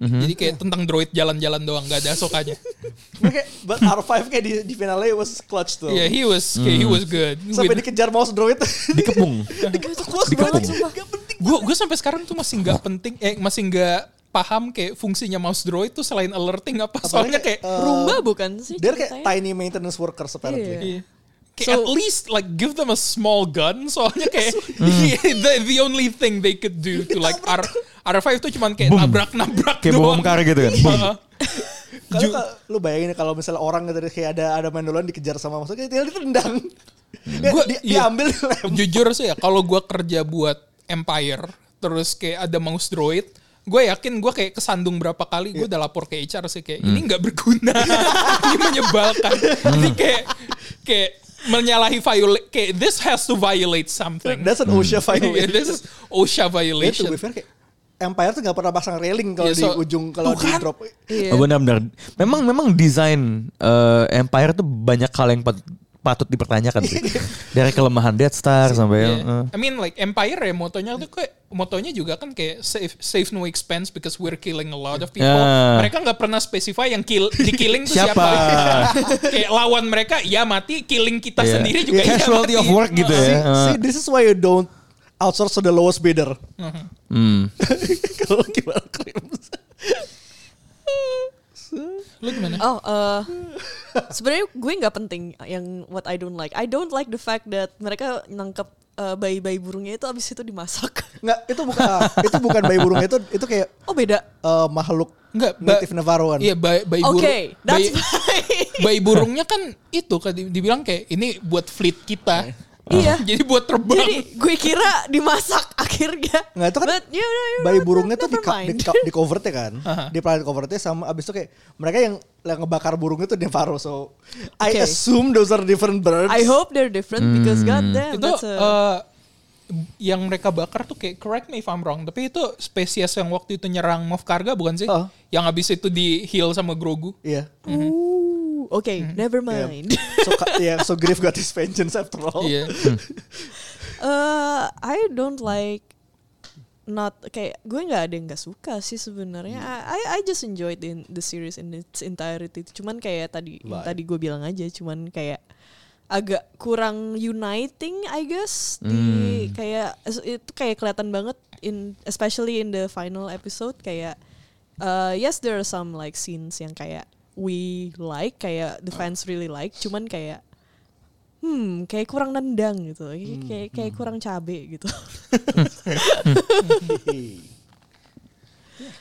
S2: Jadi kayak tentang droid jalan-jalan doang, gak ada Ahsokanya.
S1: Oke, but R5 kayak di, di finalnya was clutch tuh.
S2: yeah,
S4: Iya,
S2: he was kayak he was good.
S1: Sampai
S4: gitu.
S1: dikejar mouse droid.
S4: Dikepung.
S1: Dikepung.
S4: Dikepung.
S1: Gak penting.
S2: Gue gue sampai sekarang tuh masih nggak penting, eh masih nggak paham kayak fungsinya mouse droid tuh selain alerting apa. Soalnya kayak,
S1: eh,
S3: Rumba bukan sih?
S1: They're kayak
S3: ceritanya?
S1: tiny maintenance workers apparently.
S2: Iya. Kayak at least like give them a small gun soalnya kayak the, the only thing they could do to like R R5 tuh cuman kayak nabrak nabrak
S4: Kayak bom
S2: doang. Iya.
S4: kar gitu kan. Boom.
S2: Heeh.
S1: Kalau kalau- lu bayangin kalau misalnya orang gitu kayak ada ada mandolan dikejar sama maksudnya tinggal ditendang. Ya,
S2: Gua-
S1: dia,
S2: iya.
S1: diambil lem.
S2: Jujur sih ya kalau gua kerja buat Empire terus kayak ada mouse droid gue yakin gue kayak kesandung berapa kali gue udah lapor ke HR sih kayak ini nggak berguna ini menyebalkan ini kayak kayak menyalahi violate kayak this has to violate something
S1: That's an OSHA
S2: Yeah,
S1: violation.
S2: this is OSHA
S1: Ya, to
S2: violation.
S1: be fair kayak Empire tuh gak pernah pasang railing kalau
S2: Iya, so-
S1: di ujung kalau
S2: Tuh
S1: di
S2: kan.
S1: drop.
S3: Iya.
S4: Oh, benar-benar. Memang memang desain eh, Empire tuh banyak hal yang pat- patut dipertanyakan sih. Dari kelemahan Death Star
S3: iya.
S4: sampai eh.
S2: I mean like Empire ya motonya tuh kayak motonya juga kan kayak save save no expense because we're killing a lot of people.
S4: Yeah.
S2: Mereka nggak pernah specify yang kill di killing tuh siapa.
S4: Siapa?
S2: kayak lawan mereka ya mati, killing kita
S4: Iya.
S2: sendiri juga ya uh.
S4: Casualty
S2: mati.
S4: of work gitu ya.
S1: See, see, this is why you don't outsource to the lowest bidder.
S2: Hmm.
S1: Kalau gimana claims?
S2: Lu gimana?
S3: Oh, eh sebenarnya gue nggak penting yang what I don't like. I don't like the fact that mereka nangkep eh, bayi-bayi burungnya itu abis itu dimasak.
S1: Nggak, itu bukan itu bukan bayi burung itu itu kayak
S3: Oh beda.
S1: eh, makhluk
S2: Enggak, ba-
S1: native Navarroan.
S2: Iya, bayi bayi
S3: Oke,
S2: burung.
S3: that's
S2: bayi-
S3: fine.
S2: bayi burungnya kan itu kan di- dibilang kayak ini buat fleet kita.
S3: Iya.
S2: Jadi buat terbang.
S3: Jadi gue kira dimasak akhirnya.
S1: Nggak, itu kan
S3: But, yeah, yeah, yeah,
S1: bayi
S3: no,
S1: burungnya tuh di,
S3: never
S1: ka- di,
S3: mind.
S1: ka- di covertnya kan,
S2: Aha.
S1: di planet covertnya sama abis itu kayak mereka yang yang ngebakar burung itu Navarro. So I
S3: Okay.
S1: assume those are different birds.
S3: I hope they're different because goddamn
S2: itu
S3: that's a
S2: eh, yang mereka bakar tuh kayak correct me if I'm wrong tapi itu spesies yang waktu itu nyerang Moff Karga bukan sih
S1: Oh.
S2: yang abis itu di heal sama Grogu
S1: Iya.
S3: Ooh, okay, never
S1: Iya.
S3: mind.
S1: So ka- iya, so Griff got his vengeance after all.
S2: iya
S3: Eh, I don't like not kayak gue nggak ada yang nggak suka sih sebenarnya. I I- I just enjoyed the, the series in its entirety. Cuman kayak tadi yang
S1: Like.
S3: tadi gue bilang aja, cuman kayak agak kurang uniting I guess di kayak es- itu kayak kelihatan banget in especially in the final episode kayak uh, yes there are some like scenes yang kayak we like kayak the fans really like cuman kayak hmm kayak kurang nendang gitu Kayak- kayak kayak kurang cabe gitu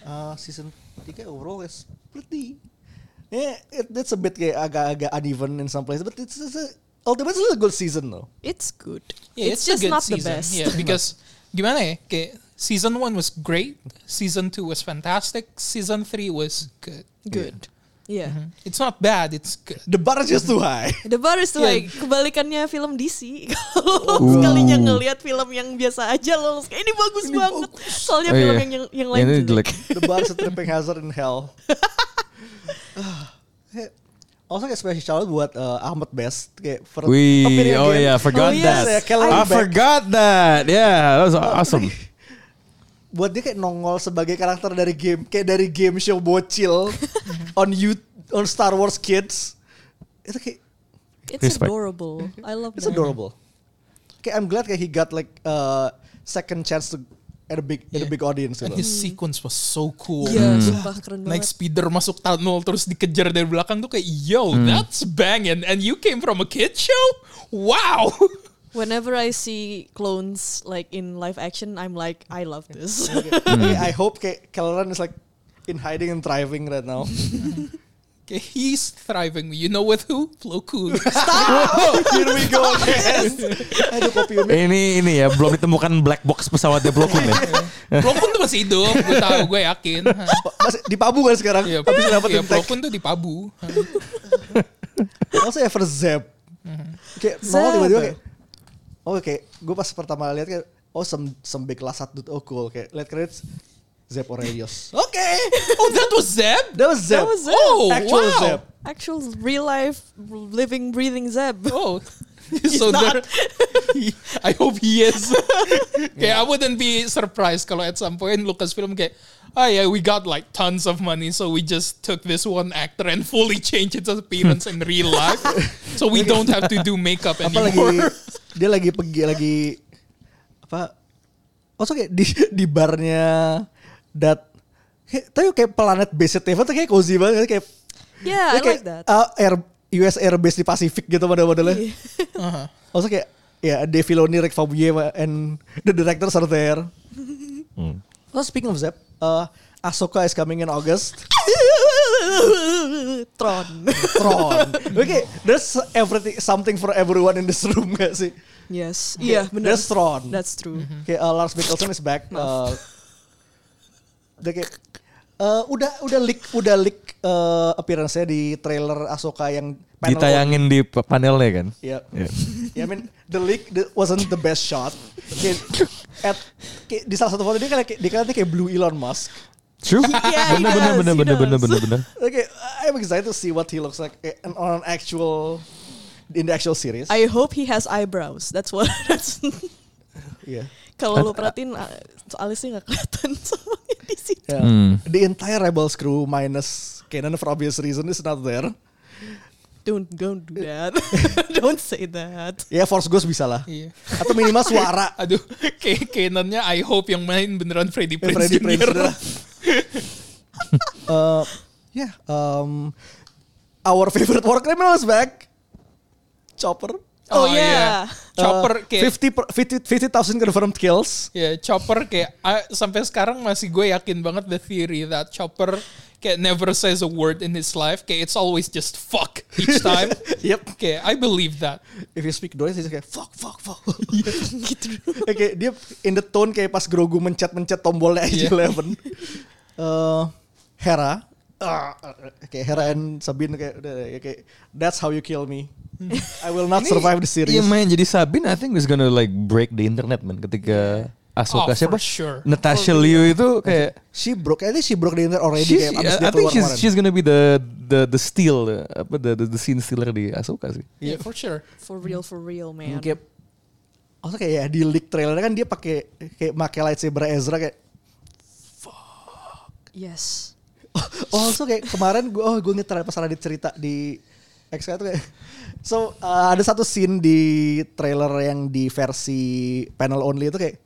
S1: Uh, season 3 overall is pretty. Yeah, it, it's a bit kayak agak-agag uneven in some places, but it's, it's a, ultimately it's a good season though.
S3: it's good
S2: Yeah,
S3: it's,
S2: a
S3: just
S2: good
S3: not the
S2: season.
S3: best
S2: Yeah, because gimana ya kayak season 1 was great season 2 was fantastic season 3 was good Mm-hmm.
S3: good yeah
S2: it's not bad it's good
S1: The bar is just too high.
S3: The Bar is
S2: Yeah.
S3: like kebalikannya film DC. Kalau lo sekalinya ngelihat film yang biasa aja lo langsung kayak, ini bagus banget. Soalnya
S4: Oh,
S3: film
S4: iya.
S3: yang yang, yang lain
S4: Ini
S3: jelek.
S1: the bar is a tripping hazard in hell. also kayak special shout out buat uh, Ahmad Best kayak for
S4: We
S1: appearing
S4: oh
S1: again.
S4: yeah, I forgot
S3: Oh, yes.
S4: that.
S1: Yeah, iya, Kelly
S4: I
S1: back.
S4: forgot that. Yeah, that was awesome.
S1: buat dia kayak nongol sebagai karakter dari game kayak dari game show bocil on you on Star Wars Kids itu kayak
S3: It's
S4: Respect.
S3: adorable. I love
S1: it's
S3: that.
S1: adorable kayak I'm glad kayak he got like uh, second chance to at a big at a
S2: Yeah.
S1: big audience
S2: and
S1: gitu.
S2: his sequence was so cool
S3: Iya, Hmm. sumpah keren
S2: Naik
S3: banget.
S2: speeder masuk tunnel terus dikejar dari belakang tuh kayak yo that's banging and you came from a kid show wow
S3: Whenever I see clones like in live action, I'm like, I love this.
S1: Kayak I hope kayak Kelleran is like in hiding and thriving right now
S2: Okay, he's thriving. You know with who? Flo Koon.
S1: here we go again aduh kopi umi
S4: Ini ini ya belum ditemukan black box pesawatnya Blokun ya.
S2: Flo Koon tuh masih hidup, gue tahu, gue yakin.
S1: Masih di Pabu kan sekarang
S2: Iya,
S1: habis
S2: Flo-
S1: dapat
S2: iya, Flo
S1: intek
S2: Koon tuh di Pabu.
S1: Also ever Zeb.
S2: Mhm.
S1: Kayak nongol
S3: Zeb.
S1: tiba-tiba kayak Oh kayak gue pas pertama lihat kayak oh some some big class dude oh cool kayak lihat credits Zeb Aurelius. Oke.
S2: Oh, that was Zeb?
S1: That was Zeb.
S3: That was Zeb.
S2: Oh,
S1: Actual
S2: wow.
S1: Zeb.
S3: Actual real life living breathing Zeb.
S2: Oh. so there,
S3: not.
S2: he- I hope he is. okay, I wouldn't be surprised kalau at some point Lucasfilm kayak, oh yeah, we got like tons of money, so we just took this one actor and fully changed its appearance in real life, so we don't have to do makeup
S1: Apa lagi
S2: anymore.
S1: dia lagi pergi lagi apa Also kayak di di barnya that kayak- tapi kayak planet base TV tuh kayak cozy banget kayak
S3: Yeah, I
S1: kayak
S3: like that.
S1: uh, air US airbase di Pasifik gitu model-modelnya.
S3: Iya.
S1: Also kayak ya Dave Filoni, Rick Famuyiwa, and the directors are there. Well, speaking of Zeb, uh, Ahsoka is coming in August.
S3: Tron.
S1: Tron. Oke, there's everything something for everyone in this room gak sih?
S3: Yes. Iya, benar.
S1: There's Tron.
S3: That's true.
S1: Oke, uh, Lars Mikkelsen is back. Uh, dia kayak, uh, udah udah leak udah leak uh, appearance-nya di trailer Ahsoka yang panel Iya.
S4: Ditayangin di pe- panelnya kan.
S1: Yep.
S4: Ya.
S1: Yeah, I mean the leak that wasn't the best shot. Kayak, at, kayak di salah satu foto dia kan kayak dia kelihatannya kayak blue Elon Musk.
S4: True.
S3: Yeah, he
S4: bener, bener,
S3: does,
S4: bener,
S3: he
S4: bener, bener,
S3: does.
S4: bener, bener.
S1: Okay, I'm excited to see what he looks like eh, on an actual in the actual series.
S3: I hope he has eyebrows. That's what. That's
S1: Iya.
S3: kalau lu perhatiin uh, alisnya nggak kelihatan soalnya di sini.
S1: Yeah. The entire Rebels crew minus Kanan for obvious reason is not there.
S3: Don't don't do that. don't say that.
S1: Ya Force Ghost bisa lah.
S2: Iya.
S1: Atau minimal suara.
S2: Aduh, kayak Kenannya I hope yang main beneran
S1: Eh,
S2: Freddy Prinze
S1: Freddy
S2: Jr.
S1: Prinze dah. uh, yeah, um, our favorite war criminal is back. Chopper.
S2: Oh,
S3: Oh,
S2: iya.
S3: yeah.
S2: Chopper
S1: uh,
S2: kayak
S1: 50 per, 50 50,000 confirmed kills.
S2: ya Chopper kayak ah, sampai sekarang masih gue yakin banget the theory that Chopper kayak never says a word in his life. Kayak it's always just fuck each time.
S1: Yep.
S2: Kayak I believe that.
S1: If you speak noise, it's kayak fuck, fuck, fuck.
S4: Iya,
S1: gitu. Oke, dia in the tone kayak pas Grogu mencet-mencet tombolnya
S4: Iya.
S1: IG-11. Eh, Hera. Ah, kayak Hera and Sabine kayak, udah, kayak that's how you kill me. I will not survive the series.
S4: Iya main jadi Sabine I think is gonna like break the internet man ketika
S2: Oh,
S4: Ahsoka
S2: for
S4: siapa?
S2: sure.
S1: Mm.
S4: Natasha Liu itu kayak
S1: She broke, I think she broke the internet already
S4: she's,
S1: Oh, iya. kayak abis dia
S4: I think
S1: keluar
S4: she's,
S1: kemarin.
S4: she's gonna be the the the steal apa the the, the scene stealer di Ahsoka sih.
S2: Yeah, for sure.
S3: For real, for real, man.
S1: kayak Also kayak ya, di leak trailernya kan dia pakai kayak make lightsaber Ezra kayak
S3: Yes.
S1: also kayak kemarin gue oh gue inget pas ada di cerita di X tuh kayak so uh, ada satu scene di trailer yang di versi panel only itu kayak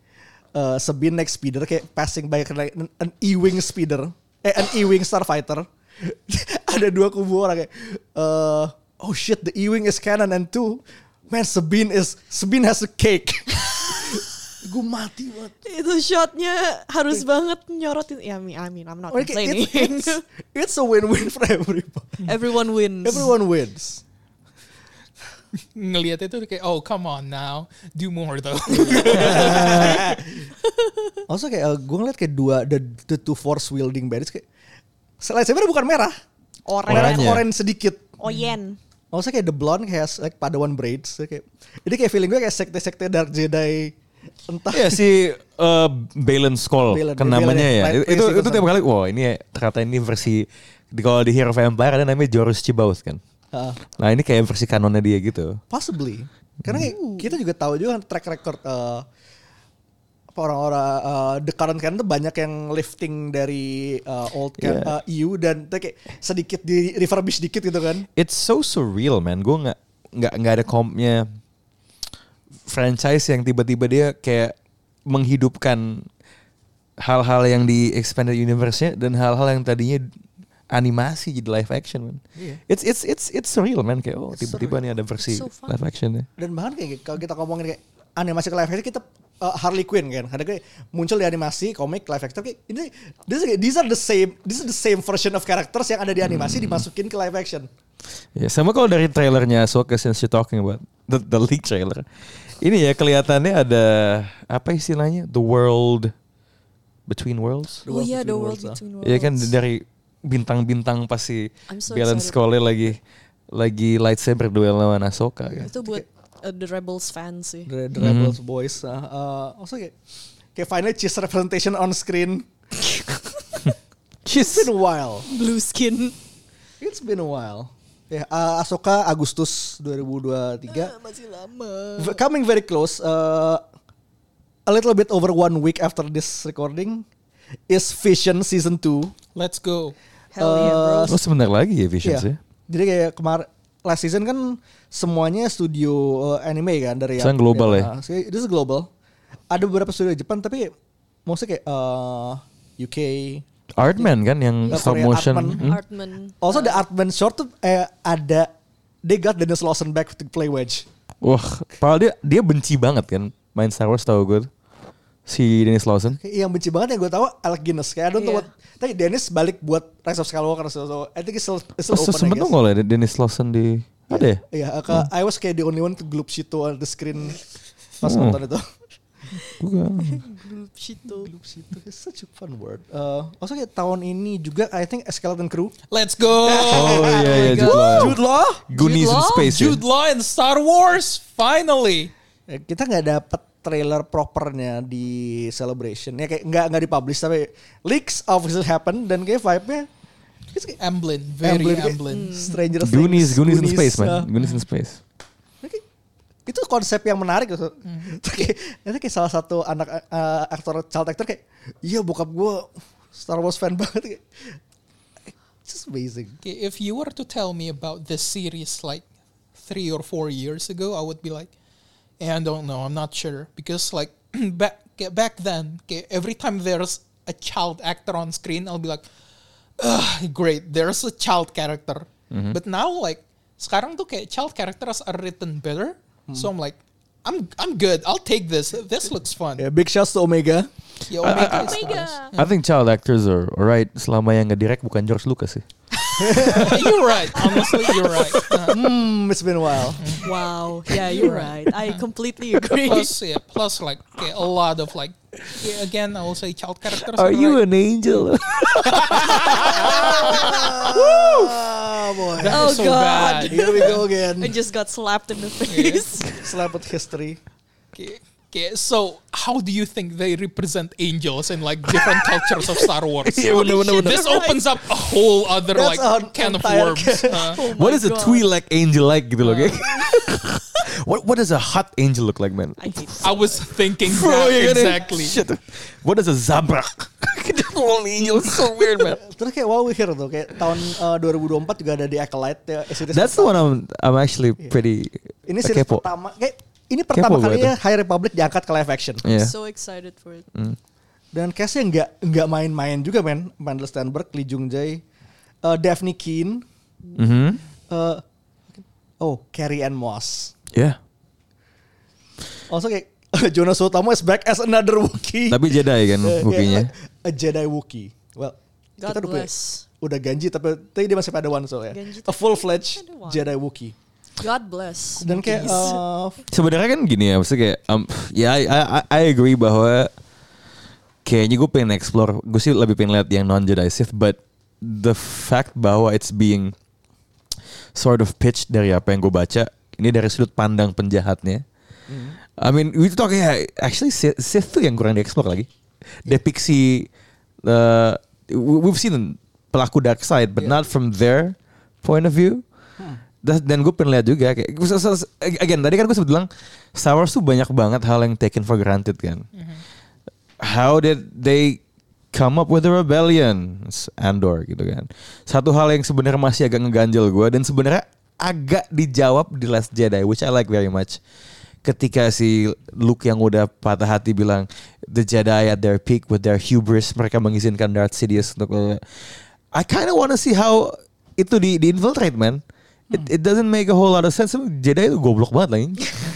S1: uh, Sabine naik speeder kayak passing by kayak an, an E-wing speeder eh an E-wing starfighter ada dua kubu orang kayak uh, oh shit the E-wing is canon and two man Sabine is Sabine has a cake gue mati banget
S3: Itu shotnya harus banget nyorotin. Ya, I mean, I mean I'm not
S1: Oke,
S3: complaining.
S1: it's, it's, it's a win-win for everybody.
S3: Everyone wins.
S1: Everyone wins.
S2: Ngelihat itu kayak oh come on now, do more though.
S1: Also kayak uh, gue ngeliat kayak dua the, the two force wielding baddies kayak lightsaber bukan merah, merah
S4: Oranye.
S1: orange sedikit.
S3: Oh, Oyen.
S1: Also kayak the blonde has like padawan braids so kayak ini kayak feeling gue kayak sekte-sekte dark Jedi entah.
S4: Iya si uh, Balen Skull
S1: Balen,
S4: kan
S1: Balen,
S4: namanya
S1: ya.
S4: ya.
S1: Light
S4: itu
S1: Priest
S4: itu tiap kali wah ini ya, ternyata ini versi di kalau di Hero of Empire ada namanya Jorus Cibaus kan.
S1: Ah,
S4: Nah ini kayak versi kanonnya dia gitu.
S1: possibly. Karena kayak
S4: Hmm.
S1: kita juga tahu juga kan track record uh, apa orang-orang uh, the current canon tuh banyak yang lifting dari uh, old can,
S4: Iya.
S1: uh, EU dan tuh kayak sedikit di refurbish dikit gitu kan.
S4: It's so surreal man. Gue nggak nggak nggak ada kompnya franchise yang tiba-tiba dia kayak menghidupkan hal-hal yang di expanded universe-nya dan hal-hal yang tadinya animasi jadi live action man. It's it's it's it's surreal man kayak oh tiba-tiba nih ada versi
S3: so fun.
S4: live actionnya.
S1: dan bahkan kayak kalau kita ngomongin kayak animasi ke live action kita uh, Harley Quinn kan ada kayak muncul di animasi komik live action tapi ini this, these are the same this is the same version of characters yang ada di animasi dimasukin ke live action
S4: Ya, sama kalau dari trailernya Ahsoka since you're talking about the, the leak trailer. Ini ya kelihatannya ada apa istilahnya? The world between worlds.
S3: Oh iya, The
S1: Worlds,
S3: World
S1: ah.
S3: Between Worlds.
S4: Ya kan dari bintang-bintang pasti
S3: I'm so
S4: balance
S3: excited.
S4: sekolah lagi lagi lightsaber duel lawan Ahsoka kan.
S3: Itu buat uh, The Rebels fans sih.
S1: the, the Rebels boys uh, uh, also kayak kayak finally cheese representation on screen it's
S4: Jeez.
S1: been a while
S3: Blue skin.
S1: it's been a while ya uh, Ahsoka Agustus 2023
S3: Ah, Masih lama.
S1: V- coming very close. Uh, a little bit over one week after this recording is Vision season 2.
S2: Let's go.
S3: Hell yeah, bro.
S4: Oh sebentar lagi ya Visions
S1: Iya.
S4: ya.
S1: Jadi kayak kemarin last season kan semuanya studio uh, anime kan dari
S4: Sekarang global ya.
S1: Nah, so This is global. Ada beberapa studio Jepang tapi maksudnya kayak uh, UK.
S4: Artman kan yang
S1: Iya,
S4: stop
S1: Korea
S4: motion.
S1: Artman.
S2: Mm-hmm.
S4: Hmm?
S3: Artman.
S1: Also the
S3: Ah.
S1: Artman short tuh eh, ada they got Dennis Lawson back to play Wedge.
S4: Wah, padahal dia dia benci banget kan main Star Wars tahu gue. tuh. Si Dennis Lawson.
S1: Kayak yang benci banget yang gue tahu Alec Guinness kayak I don't know
S3: Iya.
S1: what tapi Dennis balik buat Rise of Skywalker so, so I think it's still, it's still
S4: Oh,
S1: open I
S4: semen
S1: guess.
S4: nongol ya Dennis Lawson di ada ya?
S1: Iya, ke- I was kayak the only one to gloop shit to on the screen pas
S4: Hmm.
S1: nonton itu.
S4: Gua-
S3: Gloop Shito.
S1: It's such a fun word. Uh, also kayak tahun ini juga I think Skeleton Crew.
S2: Let's go.
S4: Oh iya iya Jude Law.
S1: Jude Law.
S4: Goonies
S3: Jude
S4: in
S3: Law?
S4: Space. ya?
S2: Jude Law and Star Wars finally.
S1: Eh, Kita nggak dapet trailer propernya di celebration. Ya kayak nggak nggak dipublish tapi leaks of it happen dan kayak vibe-nya it's kayak
S2: Amblin, very
S1: kayak
S2: Amblin.
S1: Stranger Things.
S4: Goonies, Goonies in Space
S1: uh,
S4: man. Goonies in Space.
S1: itu konsep yang menarik gitu. Terus kayak, itu kayak salah satu anak eh, aktor child actor kayak iya bokap gue Star Wars fan banget. Kayak, It's just amazing.
S2: Okay, if you were to tell me about this series like three or four years ago, I would be like, eh, I don't know, I'm not sure. Because like back okay, back then, okay, every time there's a child actor on screen, I'll be like, Ugh, great, there's a child character. But now like sekarang tuh kayak child characters are written better. So I'm like, I'm I'm good. I'll take this. This looks fun.
S1: Yeah, big shouts to Omega.
S2: Ya, Omega is
S3: Omega.
S2: nice.
S4: I think child actors are alright selama yang ngedirect bukan George Lucas sih.
S2: you're right. Honestly, you're right. Uh,
S1: Hmm, it's been a while.
S3: Wow, yeah, you're right. I completely agree.
S2: plus yeah, plus like okay, a lot of like yeah, again I will say child characters. but,
S4: Are you
S2: like,
S4: an angel?
S1: oh boy.
S2: that
S3: Oh,
S2: is so
S3: God.
S2: bad.
S1: Here we go again.
S3: I just got slapped in the face.
S1: Slap with history.
S2: Okay, okay, so how do you think they represent angels in like different cultures of Star Wars? This
S4: oh,
S2: opens up a whole other
S1: That's
S2: like
S1: an
S2: can of
S1: entire
S2: worms.
S1: can.
S2: Uh,
S3: Oh
S4: what
S3: my
S4: is a
S3: God.
S4: Twi'lek angel like gitu loh, geng? What what does a hot angel look like, man?
S3: I hate
S2: I was thinking
S4: Bro,
S2: that
S4: you're gonna-
S2: exactly.
S4: Shit. What does a zabrak? All angels so weird, man.
S1: Terus kayak wow we here tuh kayak tahun eh, 2024 juga ada di Acolyte ya, series
S4: That's the one I'm I'm actually pretty
S1: Ini
S4: uh,
S1: series
S4: kepo.
S1: pertama kayak ini pertama
S4: Kepo gue
S1: kalinya High Republic diangkat ke live action.
S4: Yeah.
S3: So excited for it.
S2: Mm.
S1: Dan castnya nggak nggak main-main juga men. Mandel Stanberg, Lee Jung Jae, eh, Daphne Keen,
S4: Mhm.
S1: eh, oh Carrie Ann Moss.
S4: Yeah.
S1: Also kayak Jonas Sutomo is back as another Wookiee.
S4: Tapi Jedi kan
S1: Eh, kayak,
S4: bukinya.
S1: eh, A Jedi Wookiee. Well,
S3: God
S1: kita udah punya-
S3: bless.
S1: udah ganji tapi tapi dia masih Padawan so ya.
S3: Ganji
S1: A
S3: tapi
S1: full fledged
S3: Padawan.
S1: Jedi Wookiee.
S3: God bless.
S1: Dan kayak eh,
S4: Sebenarnya kan gini ya, maksudnya kayak um, ya I, I, I- I agree bahwa kayaknya gue pengen explore, gue sih lebih pengen lihat yang non Jedi Sith, but the fact bahwa it's being sort of pitched dari apa yang gue baca, ini dari sudut pandang penjahatnya. I mean, we talk ya, actually Sith, Sith tuh yang kurang dieksplor lagi. Depiksi, uh, we- we've seen pelaku dark side, but not from their point of view. Dan, dan gue pernah lihat juga kayak so- so- so- again tadi kan gue sempat bilang Star Wars tuh banyak banget hal yang taken for granted kan. How did they come up with the rebellion It's Andor gitu kan. Satu hal yang sebenarnya masih agak ngeganjel gue dan sebenarnya agak dijawab di Last Jedi which I like very much. Ketika si Luke yang udah patah hati bilang the Jedi at their peak with their hubris mereka mengizinkan Darth Sidious untuk I kind of wanna see how itu di, di infiltrate man. It, it doesn't make a whole lot of sense. Jedi itu goblok banget lagi.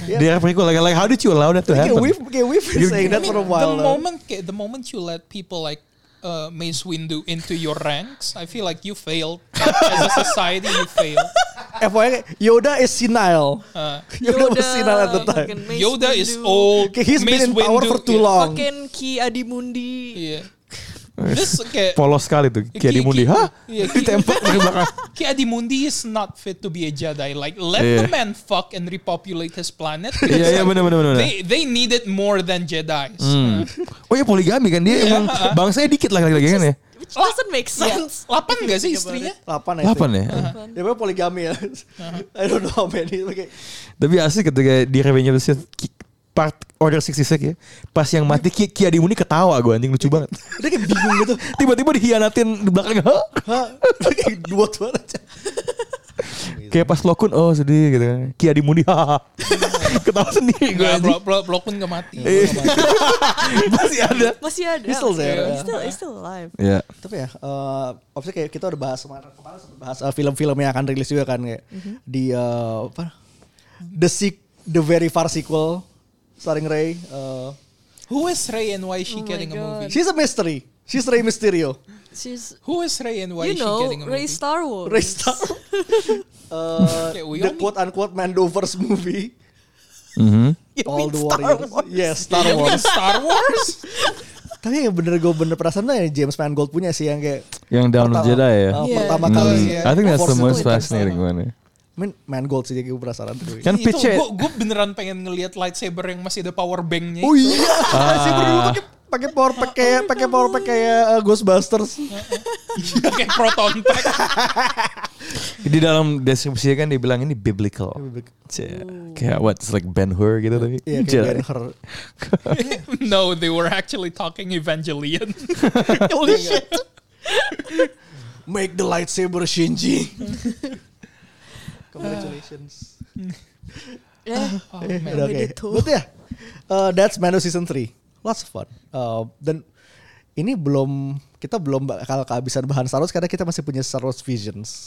S4: Dia prequel like, like how did you allow that to
S1: kayak
S4: happen?
S1: we've kayak we've been
S4: You-
S1: saying that for a while. eh.
S2: the
S1: now.
S2: moment okay, the moment you let people like uh, Mace Windu into your ranks, I feel like you failed as a society. You failed.
S1: FYI Yoda is senile.
S3: Uh,
S1: Yoda, was senile at the time.
S3: fucking Mace
S2: Yoda is
S3: Windu,
S2: old.
S1: Okay, he's
S2: Mace
S1: been in power
S2: Windu
S1: for too
S2: is-
S1: long.
S3: Fucking Ki Adimundi.
S2: Yeah. This okay.
S4: Polos sekali tuh.
S2: Ki-
S4: Kayak di Mundi.
S2: Ki-
S4: Hah?
S2: Iya, Ki-
S4: Ditembak dari belakang.
S2: Ki Adimundi is not fit to be a Jedi. Like, let the
S4: Yeah.
S2: man fuck and repopulate his planet.
S4: Iya, iya bener bener bener. bener.
S2: They they need it more than Jedi's.
S4: Oh ya poligami kan
S1: Iya.
S4: dia emang bangsanya dikit lah lagi-lagi kan ya.
S3: Which doesn't make sense.
S2: Lapan nggak sih istrinya?
S1: Lapan, I
S4: Delapan
S1: think.
S4: ya.
S1: Dia memang poligami ya. I don't know how many. Kayak,
S4: Tapi asli ketika di Revenge of the Sith Ki- part Order 66 ya. Pas yang mati Ki, Ki Adi Mundi ketawa gue anjing lucu banget.
S1: dia kayak bingung gitu.
S4: Tiba-tiba dihianatin di belakang. Hah?
S1: Hah? Dia kayak dua tuan aja.
S4: Kayak pas Lokun oh sedih gitu kan. Ki Adi Mundi hahaha. ketawa
S1: Iya,
S4: sendiri gue
S2: Nggak,
S4: anjing.
S2: bro, bro, bro pun nggak mati.
S4: Masih ada.
S3: Masih ada. Iya.
S1: He's still there.
S3: He's still, he's still alive.
S1: ya.
S4: Ya.
S1: Tapi ya, eh opsi kayak kita udah bahas kemarin kemarin sempat bahas eh, film-film yang akan rilis juga kan kayak di eh, apa? The Seek, The Very Far Sequel starring Ray. eh,
S2: Who is Rey and why is she
S3: Oh my
S2: getting a
S3: God.
S2: movie?
S1: she's a mystery. She's Ray Mysterio.
S3: She's,
S2: Who is Rey and why
S3: you
S2: is she
S3: know,
S2: getting a movie?
S3: Ray Star Wars.
S1: Ray Star. Eh,
S2: Okay, we
S1: the
S2: all-
S1: quote unquote Mandover's movie.
S4: mhm.
S3: You
S1: All
S3: mean
S1: the
S3: Star
S1: Warriors.
S3: Wars?
S1: Yes, Star
S2: You mean
S1: Wars.
S2: Star Wars?
S1: Tapi yang bener gue bener perasaan tuh yang James Mangold punya sih yang kayak
S4: Yang Down
S1: pertama-
S4: of Jedi ya.
S1: eh,
S3: Yeah.
S1: pertama
S4: Hmm.
S1: kali.
S4: I think that's the
S1: Force
S4: most
S1: itu.
S4: fascinating one. ya.
S1: Min Mangold sih jadi gue penasaran tuh.
S4: Kan
S2: itu
S4: pitch
S2: gue beneran pengen ngelihat lightsaber yang masih ada power banknya.
S1: Oh iya.
S4: Ah.
S1: pakai power pack kayak pakai power pack kayak uh, Ghostbusters.
S4: Iya,
S2: Pakai proton pack.
S4: Di dalam deskripsinya kan dibilang ini biblical. Cie, Kayak what? It's like Ben Hur gitu tapi.
S1: Iya
S4: Cie.
S1: kayak Ben Hur.
S2: no, they were actually talking Evangelion.
S1: Holy shit. Make the lightsaber Shinji. Congratulations.
S2: Oh,
S1: Eh,
S2: man.
S1: udah
S3: We
S1: oke.
S3: did too.
S1: But yeah, uh, that's Mando season 3. Lots of fun. Uh, dan ini belum kita belum bakal kehabisan bahan Star Wars karena kita masih punya Star Wars Visions.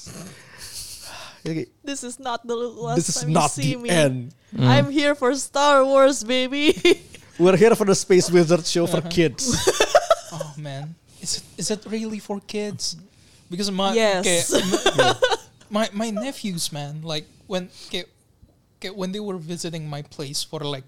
S1: Jadi,
S3: This is not the last
S1: This is
S3: time
S1: not
S3: you see
S1: the
S3: me.
S1: end.
S2: Mm.
S3: I'm here for Star Wars, baby.
S1: We're here for the Space Wizard show for kids.
S2: Oh man, is it is it really for kids? Because my
S3: Yes.
S2: okay, my my nephews, man, like when okay, okay, when they were visiting my place for like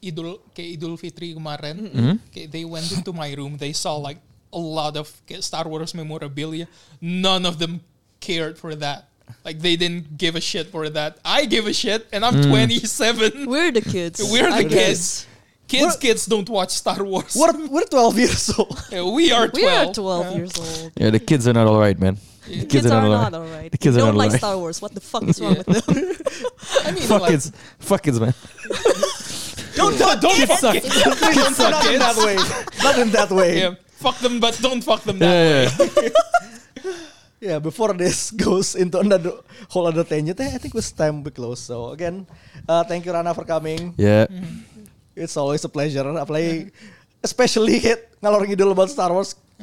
S2: Idul okay, Idul Fitri kemarin, okay, they went into my room. They saw like a lot of okay, Star Wars memorabilia. None of them cared for that. Like they didn't give a shit for that. I give a shit, and I'm 27.
S3: We're the kids.
S2: We're the
S3: I guess.
S2: kids. Kids,
S1: We're-
S2: kids don't watch Star Wars.
S1: we're, we're 12 years old.
S2: Yeah, we are 12.
S3: We are 12
S2: Yeah.
S3: years old.
S4: Yeah, the kids are not alright, man. The
S3: Kids, are not
S4: alright.
S3: alright.
S4: The kids are not
S3: Don't like
S4: alright.
S3: Star Wars. What the fuck is
S2: Yeah.
S3: wrong with them?
S2: I mean,
S4: Fuck
S2: like,
S4: kids, fuck kids, man.
S2: Don't don't, don't fuck
S4: suck.
S2: kids.
S1: Please, not in that way. Not in that way.
S2: Yeah, fuck them, but don't fuck them. That.
S4: Yeah, yeah.
S1: Yeah, before this goes into another whole other tangent, eh, I think it's time we close. So again, uh, thank you Rana for coming.
S4: yeah.
S1: It's always a pleasure. Apalagi, especially hit ngalor ngidul about Star Wars.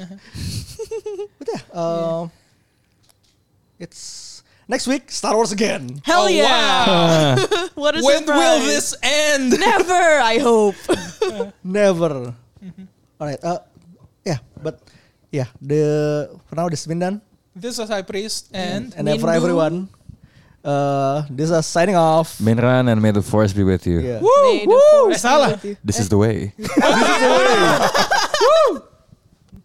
S1: But yeah, um, it's next week Star Wars again.
S3: Hell
S2: Oh,
S3: yeah!
S2: wow.
S4: Ah.
S3: What a
S2: When
S3: surprise.
S2: will this end?
S3: Never, I hope.
S1: Never. Alright. Uh, yeah, but yeah, the for now this has been done.
S2: This is High Priest, and
S1: and then for
S3: Windu.
S1: everyone, uh, this is signing off.
S4: Minran and may the force be with you.
S1: Yeah.
S3: May the force be
S4: salah.
S3: with you.
S4: This is the way.
S1: This is the way.